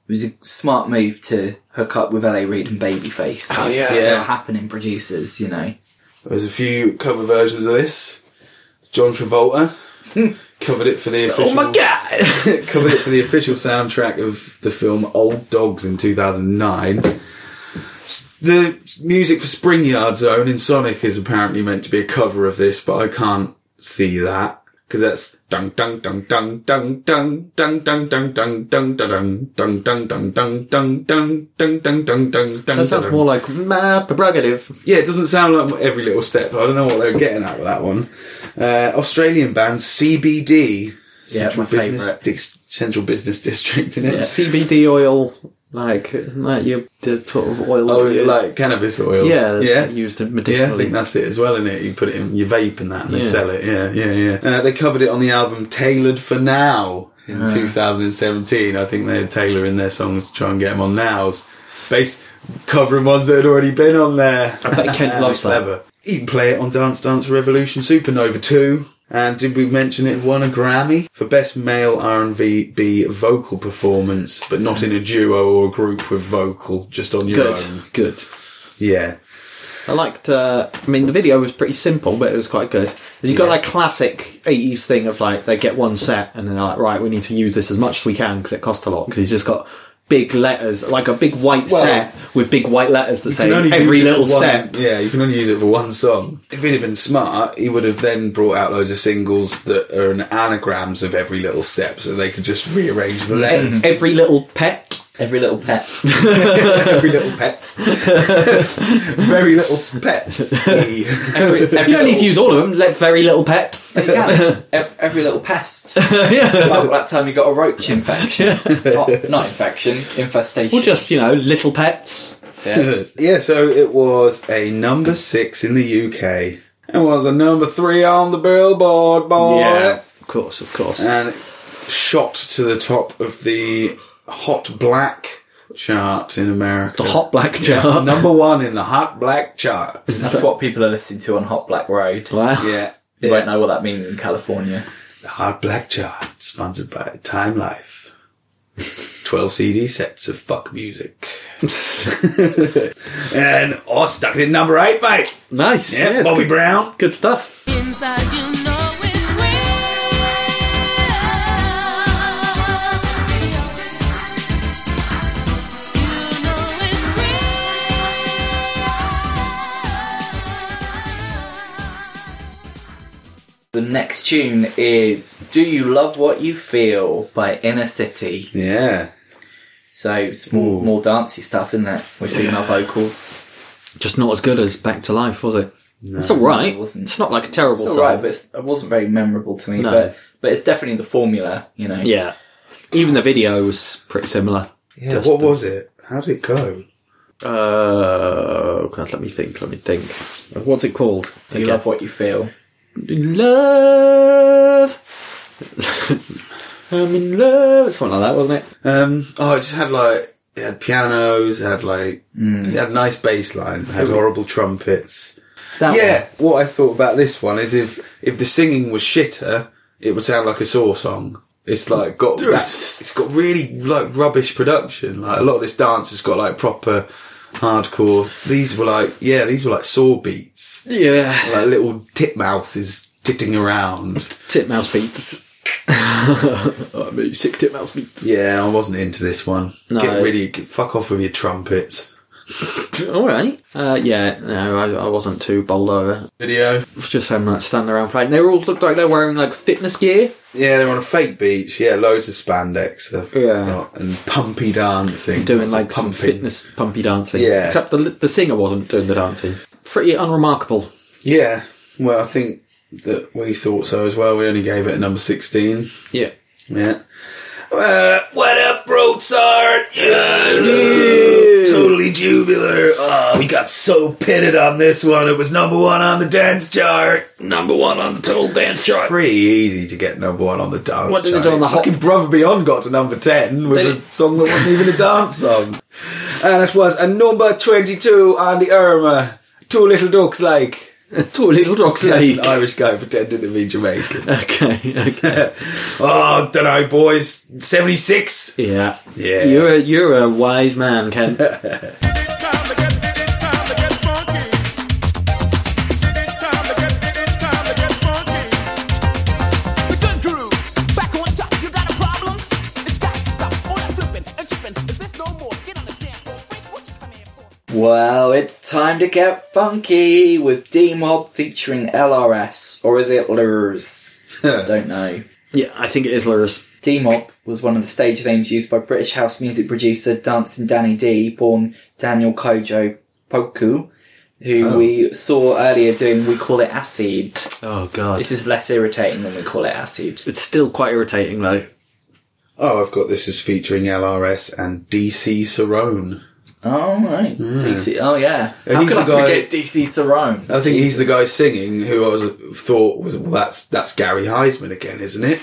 S2: It was a smart move to hook up with LA Reid and Babyface. Oh
S1: yeah.
S2: they were
S3: Yeah.
S2: happening producers, you know.
S3: There's a few cover versions of this. John Travolta covered it for the official.
S1: Hmm. Oh my god!
S3: covered it for the official soundtrack of the film Old Dogs in 2009. S- The music for Spring Yard Zone in Sonic is apparently meant to be a cover of this, but I can't see that because that's dung dung dung dung dung dung dung dung dung dung dung dung dung dung dung dung dung dung dung dung dung dung dung.
S1: like my prerogative.
S3: Yeah, it doesn't sound like every little step. I don't know what they were getting at with that one. Uh, Australian band CBD.
S2: Yeah,
S3: Central
S2: my favourite.
S3: Business Dis- central business district in it.
S1: CBD oil, like isn't that your the sort of oil?
S3: Oh,
S1: of your-
S3: like cannabis oil.
S1: yeah, that's
S3: yeah.
S1: used
S3: Yeah, I
S1: medicinally.
S3: think that's it as well, isn't it? You put it in your vape and that, and they
S1: Yeah.
S3: sell it. Yeah, yeah, yeah. Uh, they covered it on the album "Tailored for Now" in 2017. I think they had Taylor in their songs to try and get them on nows, based covering ones that had already been on there. Uh,
S1: I bet
S3: [LAUGHS]
S1: Kent loves that.
S3: clever. You can play it on Dance Dance Revolution Supernova 2. And did we mention it won a Grammy for best male R&B B vocal performance, but not in a duo or a group with vocal, just on your own.
S1: good, good.
S3: Yeah,
S1: I liked. Uh, I mean, the video was pretty simple, but it was quite good. You got that classic '80s thing of like they get one set and then they're like, right, we need to use this as much as we can because it costs a lot. Because he's just got big letters, like a big white
S3: Well,
S1: set with big white letters that say
S3: can only
S1: every
S3: use it
S1: little
S3: for one-
S1: step.
S3: Yeah, you can only use it for one song. If he'd have been smart, he would have then brought out loads of singles that are an anagrams of every little step, so they could just rearrange the
S1: [LAUGHS]
S3: letters.
S1: e-, Every little pet.
S2: Every little pet.
S3: every little
S1: [LAUGHS]
S3: pet, very little pets.
S2: Every,
S1: [LAUGHS]
S2: every
S1: You don't need to
S2: little-
S1: use all of them. Let very little
S3: [LAUGHS]
S1: pet. [LAUGHS]
S2: You can. [LAUGHS] Ev- every little pest. Like that time you got a
S1: [LAUGHS]
S2: roach infection. not, not infection, infestation.
S1: Or just you know, little pets.
S2: Yeah.
S3: yeah, so it was a number six in the UK. It was a number three on the Billboard, boy.
S1: of course, of course.
S3: and shot to the top of the hot black chart in America.
S1: the hot black
S3: Yeah,
S1: jar.
S3: number one in the hot black [LAUGHS] chart.
S2: That's what people are listening to on Hot Black Road.
S1: [LAUGHS] Wow.
S3: yeah.
S2: You won't
S3: yeah.
S2: know what that means in California.
S3: The hot black chart, sponsored by Time [LAUGHS] Life. 12 CD sets of fuck [LAUGHS] music. and oh, stuck it in number eight, mate.
S1: Nice.
S3: Yeah,
S1: yes,
S3: Bobby
S1: good,
S3: Brown.
S1: good stuff.
S4: Inside you know it's real. You know it's real.
S2: The next tune is Do You Love What You Feel by Inner City.
S3: Yeah.
S2: So it's more, more dancey stuff, isn't it? With female vocals.
S1: Just not as good as Back to Life, was it? it's all right.
S2: it wasn't.
S1: It's not like a terrible
S2: It's
S1: song.
S2: alright, but it's, it wasn't very memorable to me.
S1: No.
S2: But but it's definitely the formula, you know.
S1: yeah, even the video was pretty similar.
S3: Yeah,
S1: Just
S3: what
S1: the-
S3: was it? How did it go?
S1: Uh, God, let me think. Let me think. What's it called?
S2: Do You
S1: Again.
S2: Love What You Feel.
S1: in love. [LAUGHS] I'm in love. Something like that, wasn't it?
S3: Um, oh, it just had like it had pianos, it had like it had nice bass line, Mm. it had horrible trumpets.
S1: That
S3: yeah,
S1: one.
S3: what I thought about this one is if if the singing was shitter, it would sound like a Saw song. It's like got that- it's got really like rubbish production. Like a lot of this dance has got like proper hardcore. These were like yeah, these were like Saw beats,
S1: Yeah.
S3: like little titmouses titting around.
S1: Titmouse beats. [LAUGHS] I mean, sick titmouse beats.
S3: Yeah, I wasn't into this one.
S1: No.
S3: Get really get, fuck off with your trumpets.
S1: All right. Uh, yeah. No, I, I wasn't too bowled over.
S3: Video.
S1: was just them like standing around playing. They all looked like they're wearing like fitness gear.
S3: Yeah, they're on a fake beach. Yeah, loads of spandex. Stuff.
S1: Yeah.
S3: and pumpy dancing,
S1: Doing
S3: Lots of
S1: like some fitness pumpy dancing.
S3: Yeah.
S1: Except the the singer wasn't doing the dancing. Pretty unremarkable.
S3: Yeah, well, I think that we thought so as well. We only gave it a number sixteen.
S1: Yeah.
S3: Yeah. Uh, what up, Brozart? Yeah, totally jubilar. Oh, we got so pitted on this one. It was number one on the dance chart.
S1: Number one on the total dance [LAUGHS] chart.
S3: Pretty easy to get number one on the dance.
S1: What did it
S3: chart.
S1: do on the hot-
S3: Fucking Brother Beyond got to number ten with
S1: Did
S3: a
S1: it-
S3: song that wasn't even
S1: [LAUGHS]
S3: a dance song. And it was a number twenty-two on the Irma. Two little ducks like.
S1: Two little dogs
S3: That's
S1: like.
S3: an Irish guy pretending to be Jamaican.
S1: [LAUGHS] Okay. Okay.
S3: oh, don't know, boys.
S1: [LAUGHS]
S3: Seventy-six.
S1: yeah.
S3: Yeah. [LAUGHS]
S1: You're a you're a wise man, [LAUGHS] Ken.
S5: It's time to get, it's time to get funky. It's time to get, it's time to get funky.
S6: The good groove. Back on top, you got a problem? It's got to stop. All that flipping and tripping. Is this no more? Get on the dance floor. Freak, what you come here for?
S2: Well, it's time to get funky with D Mob featuring LRS, or is it Lurs? Don't know.
S1: yeah, I think it is Lurus.
S2: D Mob was one of the stage names used by British house music producer Dancing Danny D, born Daniel Kojo Poku, who
S3: Oh.
S2: we saw earlier doing We Call It Acid.
S1: Oh god.
S2: This is less irritating than We Call It Acid.
S1: it's still quite irritating though.
S3: Oh, I've got this is featuring LRS and DC Cerrone.
S2: Oh right, DC. Oh yeah. How
S3: he's
S2: could
S3: the
S2: I
S3: guy- Oh,
S2: forget DC Cerrone?
S3: I think he's the guy singing who I was thought was well, that's that's Gary Heisman again, isn't it?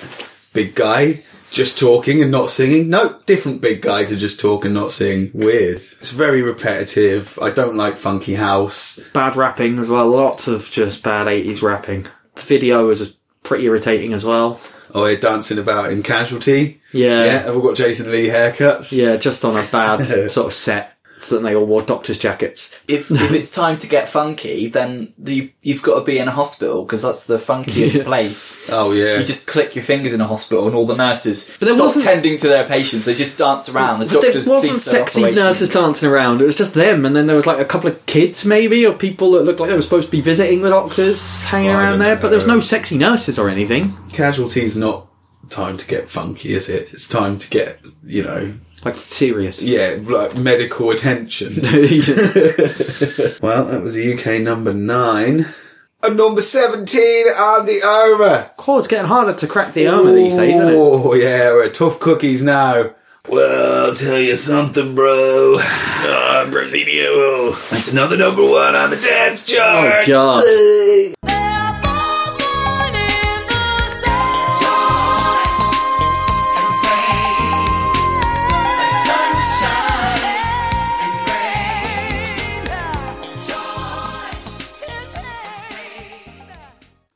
S3: Big guy, just talking and not singing. No, different big guy to just talk and not sing. Weird. It's very repetitive. I don't like funky house.
S1: Bad rapping as well. Lots of just bad 80s rapping. The video was pretty irritating as well.
S3: Oh, they're dancing about in Casualty.
S1: Yeah.
S3: yeah. Have we got Jason Lee haircuts?
S1: Yeah, just on a [LAUGHS] bad sort of set. So then they all wore doctor's jackets. [LAUGHS]
S2: If, if it's time to get funky, then you've you've got to be in a hospital because that's
S1: [LAUGHS]
S2: the funkiest place.
S3: Oh yeah.
S2: You just click your fingers in a hospital, and all the nurses but
S1: there
S2: stop
S1: wasn't-
S2: tending to their patients. They just dance around. The
S1: But there
S2: doctors
S1: wasn't
S2: cease their
S1: sexy
S2: operations.
S1: nurses dancing around. It was just them, and then there was like a couple of kids, maybe, or people that looked like they were supposed to be visiting the doctors, hanging
S3: Well, I
S1: around
S3: don't
S1: there. But there was no
S3: know.
S1: sexy nurses or anything.
S3: Casualty's not time to get funky, is it? It's time to get you know,
S1: Like serious. [LAUGHS]
S3: yeah, like medical attention. Well, that was the UK number nine. And number 17 on the armour.
S1: Chords getting harder to crack the armor these days, isn't it?
S3: Oh, yeah, we're tough cookies now. Well, I'll tell you something, bro. Oh, Brasilio. It's another number one on the dance
S1: Oh
S3: chart.
S1: god.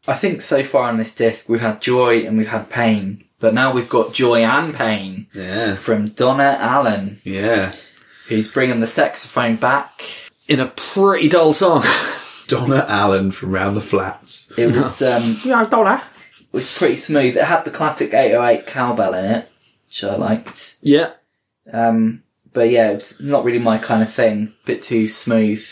S2: I think so far on this disc we've had joy and we've had pain, but now we've got joy and pain
S3: Yeah.
S2: from Donna Allen,
S3: Yeah.
S2: who's bringing the saxophone back.
S1: In a pretty dull song. [LAUGHS]
S3: Donna Allen from Round the Flats.
S2: It
S1: [LAUGHS]
S2: was um, it was pretty smooth. It had the classic 808 cowbell in it, which I liked.
S1: yeah.
S2: Um, but yeah, it's not really my kind of thing. Bit too smooth.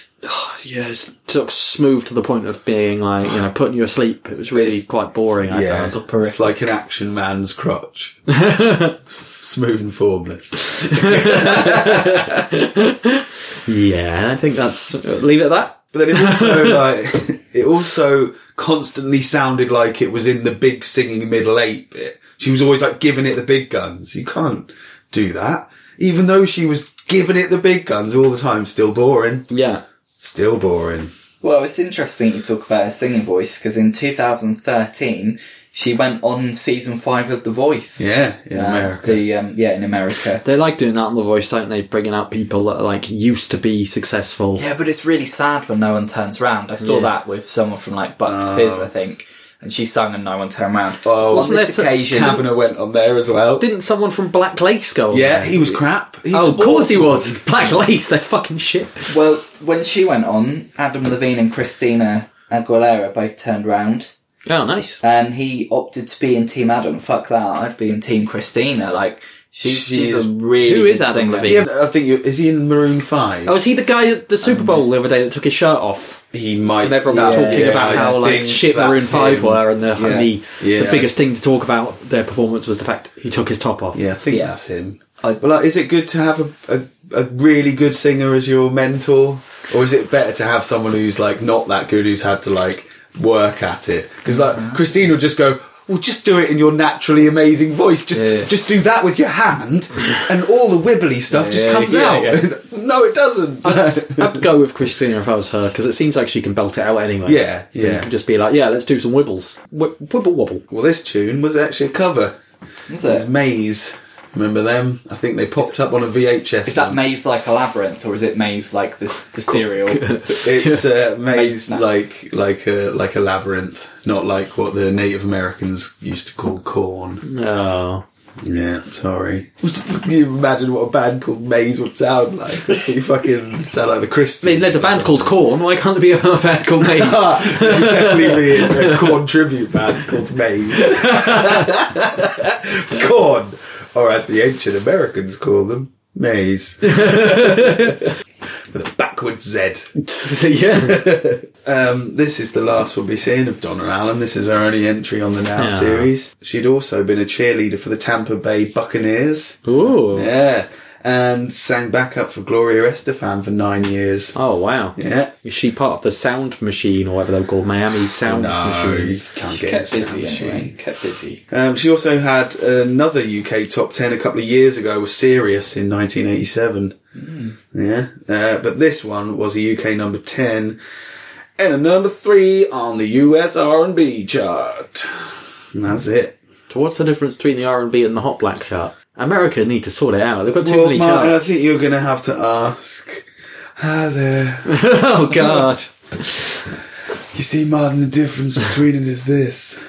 S1: Yeah, it's sort of smooth to the point of being like, you know, putting you asleep. It was really
S3: It's-
S1: quite boring, I
S3: Yeah.
S1: found.
S3: It's like an action man's [LAUGHS] crotch. Smooth and formless.
S1: Yeah, I think that's uh, leave it at that.
S3: But [LAUGHS] then it also like it also constantly sounded like it was in the big singing middle eight bit. She was always like giving it the big guns. You can't do that. Even though she was giving it the big guns all the time, still boring.
S1: Yeah,
S3: Still boring.
S2: Well, it's interesting you talk about her singing voice because in 2013 she went on season five of The Voice.
S3: Yeah, in
S2: Uh,
S3: America.
S2: The um, yeah, in America.
S1: they like doing that on The Voice, don't they? Bringing out people that are like used to be successful.
S2: Yeah, but it's really sad when no one turns round. I saw
S1: Yeah.
S2: that with someone from like Bucks Fizz, I think, and she sung and no one turned round.
S3: Oh.
S2: on
S1: Wasn't
S2: this
S1: there some-
S2: occasion,
S3: Kavanaugh went on there as well.
S1: Didn't someone from Black Lace go? on
S3: yeah,
S1: there?
S3: he was crap. He
S1: Oh,
S3: was
S1: of course he
S3: awful.
S1: was. It's Black Lace. They're fucking shit.
S2: well, when she went on, Adam Levine and Christina Aguilera both turned round.
S1: Oh, nice.
S2: and Um, he opted to be in Team Adam. Fuck that! I'd be in Team Christina. Like she's she's,
S3: She's-
S2: a really
S1: Who is
S2: good
S1: Adam
S2: singer.
S1: Levine?
S3: Yeah, I think you is he in Maroon Five?
S1: Oh, was he the guy at the Super Bowl the other day that took his shirt off?
S3: he might.
S1: And everyone was
S3: that-
S1: talking
S3: yeah,
S1: about
S3: I
S1: how like
S3: think
S1: shit Maroon
S3: that's
S1: Five
S3: him.
S1: were, and the only
S3: Yeah.
S1: the biggest thing to talk about their performance was the fact he took his top off.
S3: Yeah, I think
S2: Yeah.
S3: that's him.
S2: I-
S3: but like, is it good to have a, a, a really good singer as your mentor, or is it better to have someone who's like not that good, who's had to like work at it? Because like
S1: Mm-hmm.
S3: Christine will just go, "Well, just do it in your naturally amazing voice. Just
S2: Yeah.
S3: just do that with your
S1: [LAUGHS]
S3: hand, and all the wibbly stuff just
S2: Yeah,
S3: comes
S2: yeah,
S3: out."
S2: yeah.
S3: [LAUGHS] no, it doesn't.
S1: I'd, [LAUGHS] I'd go with Christina if I was her because it seems like she can belt it out anyway.
S3: Yeah,
S1: so
S3: yeah.
S1: You could just be like, yeah, let's do some wibbles, Wib- wibble wobble.
S3: [LAUGHS] well, this tune was actually a cover.
S2: Is
S3: It was
S2: it?
S3: Maze. Remember them? I think they popped up on a VHS.
S2: Is that
S3: once.
S2: Maze like a labyrinth, or is it Maze like the the cereal?
S3: It's uh, maze
S2: snacks.
S3: like like a like a labyrinth, not like what the Native Americans used to call corn.
S1: Oh,
S3: Yeah, sorry. [LAUGHS] Can you imagine what a band called Maze would sound like? You fucking sound like the
S1: I mean,
S3: Christians.
S1: there's a band called Corn. Why can't there be a [LAUGHS] band called
S3: [LAUGHS]
S1: Maze?
S3: Ah, there should definitely be
S1: [LAUGHS]
S3: a, a corn tribute band called Maze. [LAUGHS] corn, or as the ancient Americans call them,
S1: [LAUGHS]
S3: Maze. With a backwards Z.
S1: yeah.
S3: Um, this is the last we'll be seeing of Donna Allen. This is her only entry on the Now
S1: Yeah.
S3: series. She'd also been a cheerleader for the Tampa Bay Buccaneers.
S1: [LAUGHS] Ooh.
S3: Yeah. and sang backup for Gloria Estefan for nine years.
S1: Oh wow!
S3: Yeah.
S1: Is she part of the Sound Machine or whatever they're called? Miami Sound
S3: No, you
S1: Machine.
S3: can't
S2: She
S3: get
S2: kept
S3: in
S2: busy
S3: sound
S2: anyway.
S3: machine.
S2: Kept busy.
S3: Um, she also had another UK top ten a couple of years ago with Sirius in 1987.
S2: Hmm.
S3: Yeah, uh, but this one was a UK number ten and a number three on the US R&B chart. And that's it.
S1: So what's the difference between the R and B and the Hot Black chart? America need to sort it out. They've got too
S3: well,
S1: many
S3: Martin, I
S1: charts.
S3: think you're going to have to ask. Hi there.
S1: [LAUGHS] oh god!
S3: You see, Martin, the difference between it is this: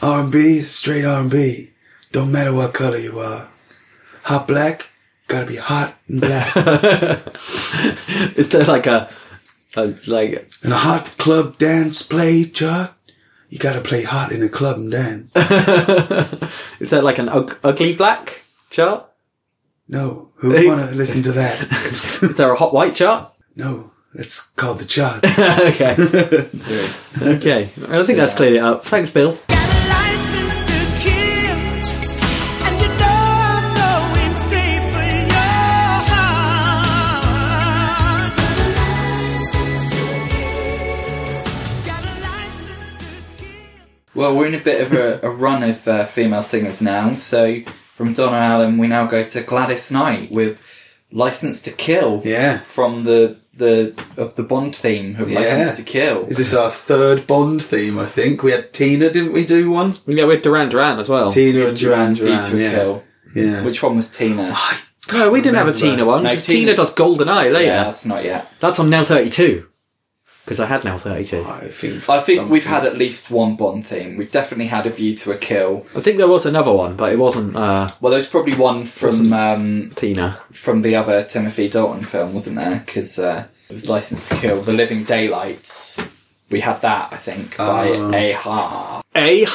S3: R&B, straight R&B. Don't matter what color you are. Hot black, gotta be hot and [LAUGHS] black.
S1: Is there like a, a like
S3: In a hot club dance play chart, you gotta play hot in a club and dance.
S1: is there like an ug- ugly black chart?
S3: No, who would wanna listen to that? [LAUGHS]
S1: Is there a hot white chart? [LAUGHS]
S3: No, that's called the [LAUGHS] chart.
S1: okay. okay. I think that's cleared it up. Thanks, Bill.
S4: Got a license to kill, and you don't know it's straight for your heart. Got a license to kill. Got a license to kill.
S2: Well, we're in a bit of a, a run of uh, female singers now. So from Donna Allen, we now go to Gladys Knight with "License to Kill."
S3: Yeah.
S2: From the the of the Bond theme of "License to Kill."
S3: Is this our third Bond theme? I think we had Tina, didn't we? Do one?
S1: Yeah, we're Duran Duran as well.
S3: Tina and Duran
S2: Duran,
S3: Duran. Yeah.
S2: Kill.
S3: yeah.
S2: Which one was Tina?
S1: God, we didn't have a
S3: remember.
S1: Tina one
S2: No,
S1: because Tina
S2: Tina's-
S1: does Golden Eye later.
S2: yeah, that's not yet.
S1: That's on now thirty two. Because I had now thirty two.
S3: I think.
S2: I think we've
S3: something-
S2: had at least one Bond theme. We've definitely had a view to a kill.
S1: I think there was another one, but it wasn't uh,
S2: Well, there's probably one from um,
S1: Tina.
S2: from the other Timothy Dalton film, wasn't there? Because uh, License to Kill, The Living Daylights, we had that I think by
S3: Ah.
S2: A Ha.
S1: A ha!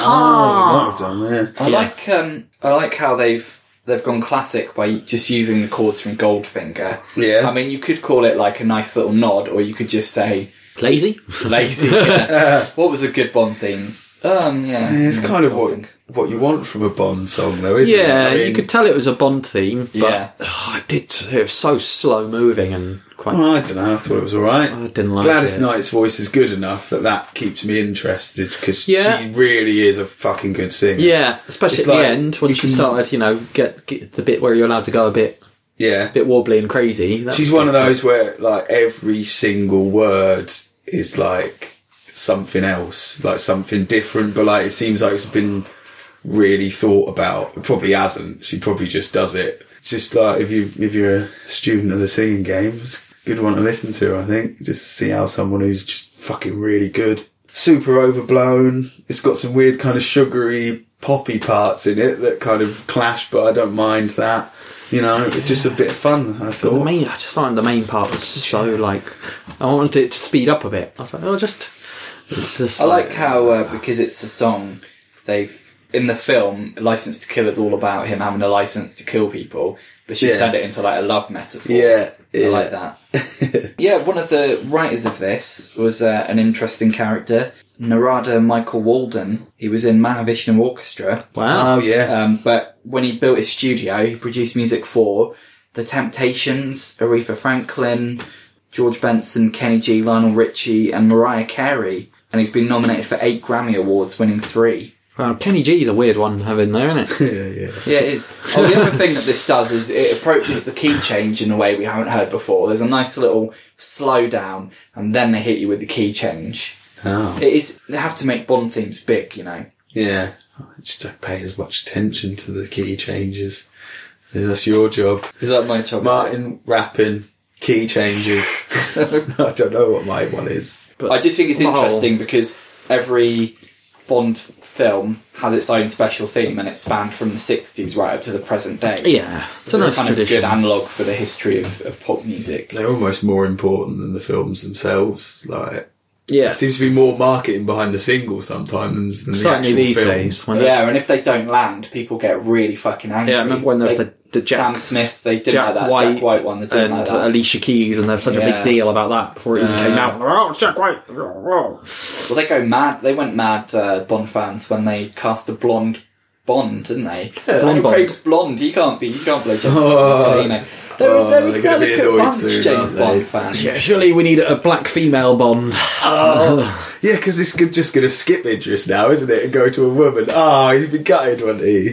S3: Oh, Might have done, yeah.
S2: I like um, I like how they've they've gone classic by just using the chords from Goldfinger.
S3: Yeah.
S2: I mean, you could call it like a nice little nod, or you could just say
S1: Lazy.
S3: [LAUGHS]
S2: lazy. yeah. what was a good Bond theme? Um, yeah,
S3: It's kind of what
S2: Goldfinger.
S3: what you want from a Bond song, though, isn't it?
S1: Yeah,
S3: I
S1: you
S3: mean-
S1: could tell it was a Bond theme, but
S2: Yeah.
S1: oh, I did. It was so slow moving and quite.
S3: Well, I don't know. I thought it was all right.
S1: I didn't like
S3: Gladys
S1: it.
S3: Knight's voice is good enough that that keeps me interested because
S1: Yeah.
S3: she really is a fucking good singer.
S1: Yeah, especially
S3: It's
S1: at
S3: like,
S1: the end when
S3: you
S1: she
S3: can-
S1: started, you know, get, get the bit where you're allowed to go a bit,
S3: yeah.
S1: bit wobbly and crazy. That
S3: She's
S1: was
S3: one of
S1: good.
S3: those where like every single word is like something else, like something different. But like it seems like it's been really thought about. It probably hasn't. She probably just does it. It's just like if you if you're a student of the singing game, it's a good one to listen to. I think just to see how someone who's just fucking really good, super overblown. It's got some weird kind of sugary poppy parts in it that kind of clash, but I don't mind that. You know, it's just a bit of fun. I
S1: But
S3: thought.
S1: the main, I just find the main part was so like I wanted it to speed up a bit. I was like, oh, just it's just.
S2: I like how uh, because it's a song, they've in the film "License to Kill" is all about him having a license to kill people, but she's
S3: Yeah.
S2: turned it into like a love metaphor.
S3: Yeah, yeah.
S2: I like that.
S3: [LAUGHS]
S2: yeah, one of the writers of this was uh, an interesting character, Narada Michael Walden. He was in Mahavishnu Orchestra,
S1: wow.
S3: Oh yeah.
S2: um, but when he built his studio, he produced music for The Temptations, Aretha Franklin, George Benson, Kenny G, Lionel Richie, and Mariah Carey. And he's been nominated for eight Grammy Awards, winning three.
S1: Wow, Kenny G's a weird one having there, isn't
S3: [LAUGHS]
S1: it?
S3: yeah, yeah.
S2: Yeah, it is. Oh, the other thing that this does is it approaches the key change in a way we haven't heard before. There's a nice little slowdown, and then they hit you with the key change.
S3: Oh.
S2: It is. They have to make Bond themes big, you know.
S3: Yeah. I just don't pay as much attention to the key changes. That's your job.
S2: Is that my job? is it?
S3: Martin rapping, key
S2: [LAUGHS]
S3: changes. [LAUGHS] I don't know what my one is.
S1: But
S2: I just think it's
S1: on the whole-
S2: interesting because every Bond film has its own special theme and it's spanned from the 60s right up to the present day.
S1: Yeah, it's a
S2: It's
S1: nice
S2: kind
S1: tradition.
S2: of good analogue for the history of, of pop music.
S3: They're almost more important than the films themselves. Like,
S1: yeah,
S3: there seems to be more marketing behind the single sometimes than the
S1: certainly
S3: actual
S1: these
S3: films.
S1: days when
S2: Yeah,
S1: yeah,
S2: and if they don't land, people get really fucking angry.
S1: Yeah, I remember when there was
S2: They-
S1: the- the Jack-
S2: Sam Smith, they didn't
S1: Jack
S2: like that
S1: White
S2: Jack White one, they didn't
S1: and
S2: like that.
S1: Alicia Keys, and there's such a
S2: Yeah.
S1: big deal about that before it even came out. Oh, Jack White.
S2: Well, they go mad. They went mad, uh, Bond fans, when they cast a blonde Bond, didn't [LAUGHS] they?
S1: Don
S2: Daniel
S1: Bond.
S2: Craig's blonde. He can't be. He can't play James
S3: Oh.
S2: Bond. You know. They're
S3: Oh,
S2: a very
S3: they're gonna be
S2: delicate
S3: annoyed
S2: bunch,
S3: soon,
S2: James
S3: aren't they?
S2: Bond fans.
S1: Yeah, surely we need a black female Bond.
S3: Yeah, because it's good- just going to skip interest now, isn't it? And go to a woman. Ah, he's been gutted, wasn't he? I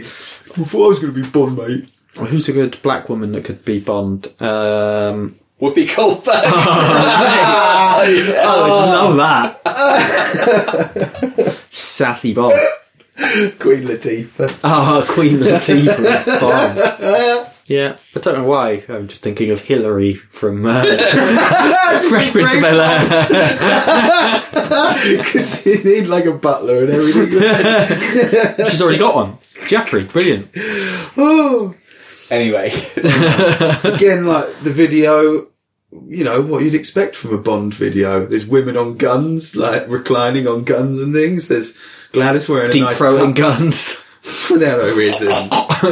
S3: thought I was going to be Bond, [LAUGHS] mate.
S1: Well, who's a good black woman that could be Bond? Um,
S2: Whoopi Goldberg.
S1: oh, I love that.
S2: [LAUGHS]
S1: Sassy Bond.
S3: Queen Latifah. [LAUGHS]
S1: Ah, Queen Latifah is Bond. Yeah, I don't know why. I'm just thinking of Hillary from
S2: [LAUGHS]
S1: uh, Fresh Prince of Bel Air.
S3: Because you need like a butler
S1: [LAUGHS]
S3: and everything.
S1: She's already got one. Jeffrey, brilliant.
S3: oh.
S2: anyway, [LAUGHS]
S3: Again, like the video, you know, what you'd expect from a Bond video. There's women on guns, like reclining on guns and things. There's Gladys wearing a
S1: Deep
S3: nice
S1: throwing
S3: tux.
S1: guns.
S3: [LAUGHS] for their own reason. [LAUGHS]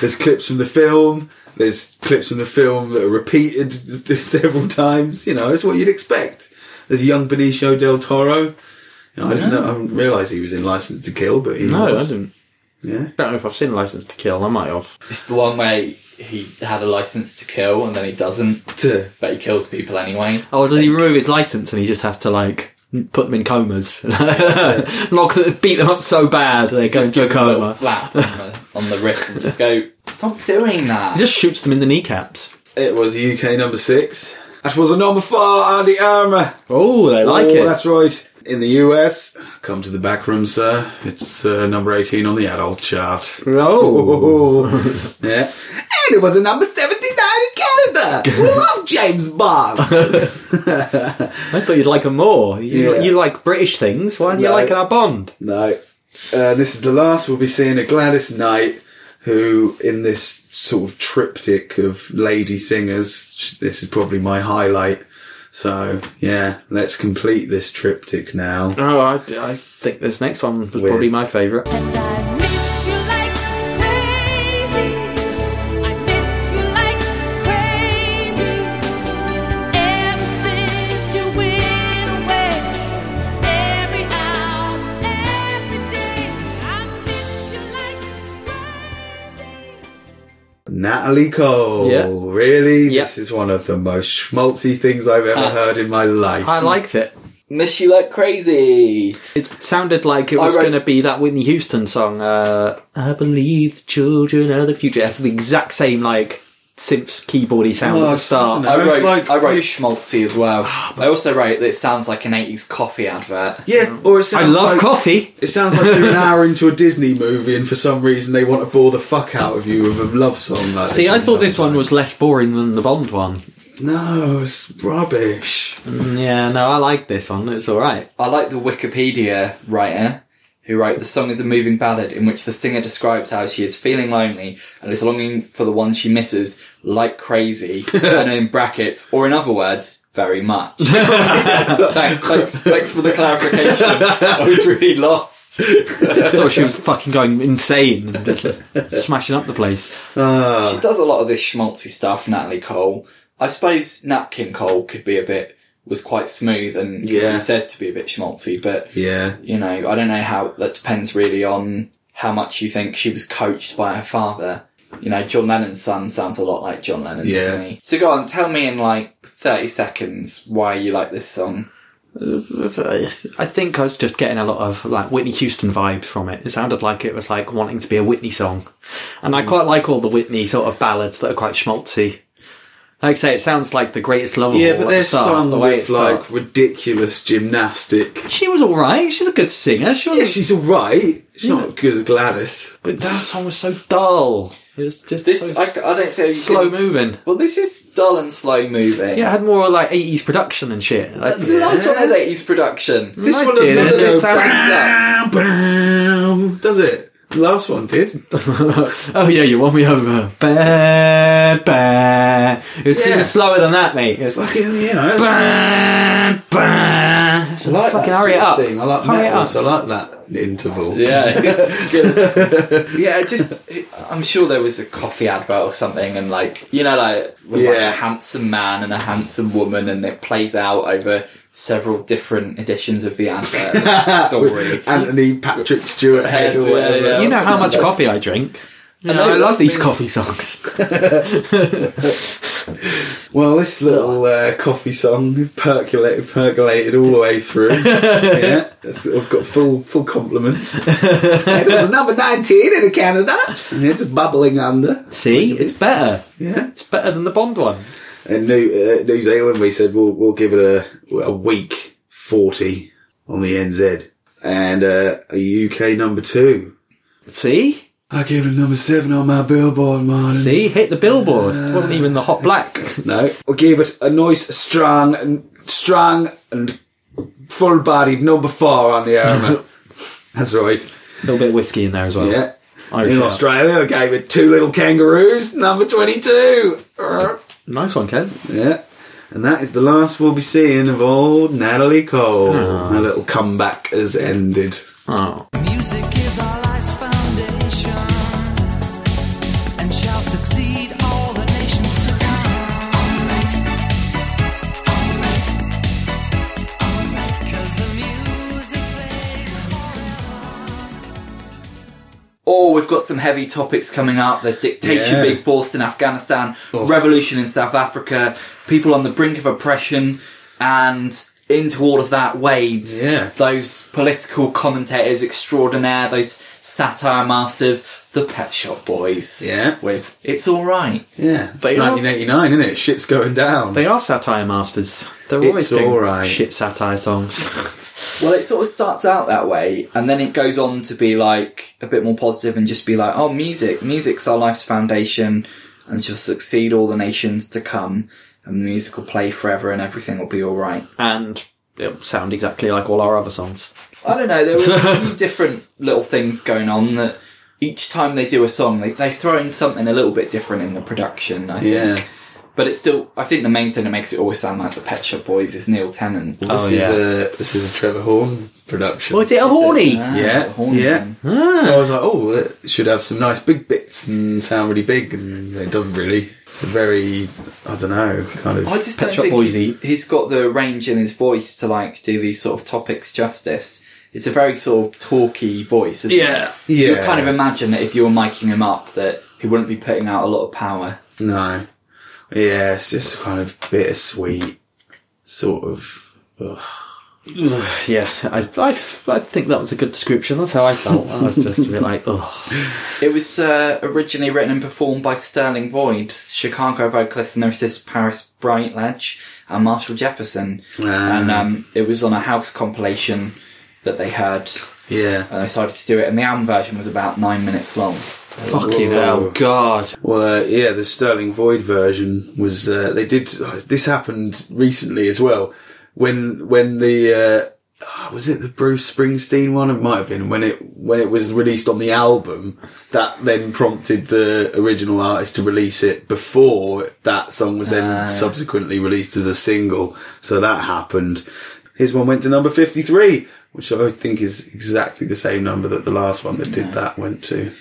S3: There's clips from the film. There's clips from the film that are repeated [LAUGHS] several times. You know, it's what you'd expect. There's young Benicio del Toro. You know, I didn't know. I didn't realise he was in License to Kill, but he
S1: No, I
S3: was.
S1: didn't.
S3: Yeah.
S1: don't know if I've seen License to Kill. I might have.
S2: it's the one where he had a license to kill and then he doesn't,
S3: To-
S2: but he kills people anyway.
S1: Oh, does he remove his license and he just has to like put them in comas, [LAUGHS] knock them, beat them up so bad they go
S2: Just
S1: into a
S2: give him a little
S1: coma.
S2: slap on the, on the wrist and
S1: [LAUGHS]
S2: just go, stop doing that.
S1: He just shoots them in the kneecaps.
S3: It was UK number six. That was a number four, Andy Armour.
S1: Oh, they like
S3: oh,
S1: it.
S3: That's right. In the US, come to the back room, sir. It's uh, number 18 on the adult chart.
S1: Oh,
S3: yeah. And it was a number 79 in
S1: [LAUGHS]
S3: Canada. We love James Bond.
S1: [LAUGHS] I thought you'd like them more. You,
S3: Yeah.
S1: you like British things. Why aren't you
S3: No.
S1: liking our Bond?
S3: no. Uh, this is the last we'll be seeing of Gladys Knight, who, in this sort of triptych of lady singers, this is probably my highlight. So, yeah, let's complete this triptych now.
S1: Oh, I, I think this next one was probably my favourite.
S4: And I miss you like crazy. I miss you like crazy. Ever since you went away, every hour, every day, I miss you like crazy.
S3: Natalie Cole.
S1: Yeah.
S3: Really?
S1: Yeah. Uh,
S3: This is one of the most schmaltzy things I've ever heard in my life.
S1: I liked it.
S2: Miss you like crazy.
S1: It sounded like it
S2: I
S1: was
S2: wrote-
S1: going to be that Whitney Houston song. Uh, I believe the children are the future. It's the exact same like synth keyboardy sound at
S3: Oh,
S1: the start.
S3: isn't it?
S2: I
S3: I was
S2: wrote,
S3: like- Ah,
S2: I wrote schmaltzy as well. I also wrote that it sounds like an 80s coffee advert.
S3: yeah, or it
S1: I
S3: sounds
S1: love
S3: like,
S1: coffee.
S3: It sounds like
S1: [LAUGHS]
S3: you're an hour into a Disney movie, and for some reason they want to bore the fuck out of you with a love song. Like
S1: See,
S3: that
S1: I thought this one
S3: sometimes.
S1: was less boring than the Bond one.
S3: no, it's rubbish.
S1: Yeah, no, I like this one. It's all right.
S2: I like the Wikipedia writer who wrote the song is a moving ballad in which the singer describes how she is feeling lonely and is longing for the one she misses like
S3: [LAUGHS]
S2: crazy and in brackets or in other words very much [LAUGHS] thanks, thanks, thanks for the clarification I was really lost
S1: I thought she was fucking going insane, and
S3: [LAUGHS]
S1: just smashing up the place.
S2: she does a lot of this schmaltzy stuff Natalie Cole I suppose Napkin Cole could be a bit was quite smooth and could be
S3: Yeah.
S2: said to be a bit schmaltzy but
S3: Yeah,
S2: you know, I don't know how that depends really on how much you think she was coached by her father. You know, John Lennon's son sounds a lot like John Lennon,
S3: Yeah.
S2: doesn't he? So go on, tell me in like 30 seconds why you like this song.
S3: uh,
S1: I think I was just getting a lot of like Whitney Houston vibes from it. It sounded like it was like wanting to be a Whitney song, and
S3: Mm.
S1: I quite like all the Whitney sort of ballads that are quite schmaltzy. Like I say, it sounds like the greatest love of
S3: yeah,
S1: all
S3: but
S1: at the
S3: they're
S1: Oh, start,
S3: sung
S1: the way
S3: with
S1: it's
S3: like
S1: like.
S3: ridiculous gymnastic.
S1: She was all right. She's a good singer. She was,
S3: Yeah, she's all right. She's not good as Gladys.
S1: but that song was so dull. It was just
S2: This, I, I don't say
S1: Oh, slow moving.
S2: Well, this is dull and slow moving.
S1: Yeah, it had more like eighties production and shit. Like,
S2: The last one had 80s production.
S3: This
S1: I
S3: one doesn't
S1: didn't.
S3: go
S1: It sounds-
S3: bam, bam, does it? The last
S1: [LAUGHS]
S3: one did.
S1: oh yeah, you won me over. Ba, ba. It was
S3: Yeah.
S1: even slower than that, mate. It was
S3: Fucking, you know. it's-
S1: ba, ba. It's
S3: I like
S1: fucking
S3: that
S1: hurry
S3: sort
S1: it
S3: of
S1: up.
S3: Thing. I like
S1: Hurry it
S3: metals.
S1: up.
S3: I like that interval. [LAUGHS]
S2: Yeah, [LAUGHS] it's good. yeah, it just I'm sure there was a coffee advert or something, and like you know, like with like
S3: Yeah.
S2: a handsome man and a handsome woman, and it plays out over several different editions of the [LAUGHS] advert story.
S3: Anthony Patrick Stewart Head or
S2: Yeah,
S3: whatever.
S2: yeah.
S1: You know how much coffee I drink. You know, I love these coffee songs.
S3: [LAUGHS] Well, this little uh, coffee song percolated, percolated all the way
S1: [LAUGHS]
S3: through. yeah, that's, I've got full full compliment. it was number nineteen in Canada. And it's just bubbling under.
S1: See, it's better.
S3: Yeah.
S1: It's better than the Bond one.
S3: In New, uh, New Zealand, we said we'll we'll give it a a week forty on the NZ, and uh, a UK number two.
S1: See,
S3: I give it a number seven on my billboard, Martin.
S1: see, hit the billboard. It wasn't even the hot black. [LAUGHS]
S3: No. We'll give it a nice, strong, and strong and full-bodied number four on the [LAUGHS] armour. That's right.
S1: A little bit of whiskey in there as well.
S3: Yeah.
S1: Irish
S3: In
S1: ale.
S3: Australia, I gave it two little kangaroos, number 22.
S1: Nice one, Ken.
S3: Yeah. And that is the last we'll be seeing of old Natalie Cole. Her little comeback has ended.
S1: Oh,
S7: Music is our life's foundation and shall succeed all the nations to come. Alright, alright, alright, cause the music plays
S2: Or Oh, we've got some heavy topics coming up. There's dictatorship
S3: Yeah. Oh.
S2: being forced in Afghanistan, revolution in South Africa, people on the brink of oppression, and into all of that wades
S3: Yeah.
S2: those political commentators extraordinaire, those satire masters, the Pet Shop Boys.
S3: Yeah.
S2: With It's Alright.
S3: Yeah.
S1: But
S3: it's
S1: you know-
S3: 1989, isn't it? Shit's going down.
S1: they are satire masters. They're
S3: It's
S1: always doing
S3: alright.
S1: shit satire songs. [LAUGHS]
S2: Well, it sort of starts out that way, and then it goes on to be like a bit more positive and just be like, oh, music, music's our life's foundation, and shall succeed all the nations to come, and the music will play forever, and everything will be all right.
S1: and it'll sound exactly like all our other songs.
S2: I don't know. There were a few different little things going on that each time they do a song, they, they throw in something a little bit different in the production. I think.
S3: Yeah.
S2: But it's still, I think the main thing that makes it always sound like the Pet Shop Boys is Neil Tennant.
S1: Oh,
S3: This,
S1: yeah.
S3: is a, this is a Trevor Horn production.
S1: Was Oh, it a horny? Ah.
S2: Ah,
S3: Yeah,
S2: the horn
S3: yeah.
S2: thing.
S3: So I was like, oh, it should have some nice big bits and sound really big, and it doesn't really. It's a very, I don't know, kind of.
S2: I just
S1: Pet
S2: don't
S1: Shop
S2: think
S1: Boys
S2: he's,
S1: eat.
S2: he's got the range in his voice to like do these sort of topics justice. It's a very sort of talky voice. Isn't
S1: Yeah.
S2: it? you
S3: Yeah.
S2: kind of imagine that if you were miking him up, that he wouldn't be putting out a lot of power.
S3: No. Yeah, it's just kind of bittersweet, sort of. Ugh.
S1: Yeah, I, I, I think that was a good description. That's how I felt. I was just a bit like, oh,
S2: It was uh, originally written and performed by Sterling Void, Chicago vocalist and lyricist Paris Brightledge, and Marshall Jefferson.
S3: Ah.
S2: And um, it was on a house compilation that they heard,
S3: Yeah.
S2: and they decided to do it. And the album version was about nine minutes long.
S1: fucking hell, Oh, God.
S3: Well, uh, yeah, the Sterling Void version was. Uh, they did. oh, this happened recently as well. When when the uh, ah, was it the Bruce Springsteen one? It might have been when it when it was released on the album. That then prompted the original artist to release it before that song was then
S2: Ah.
S3: subsequently released as a single. So that happened. His one went to number fifty three, which I think is exactly the same number that the last one that did that went to.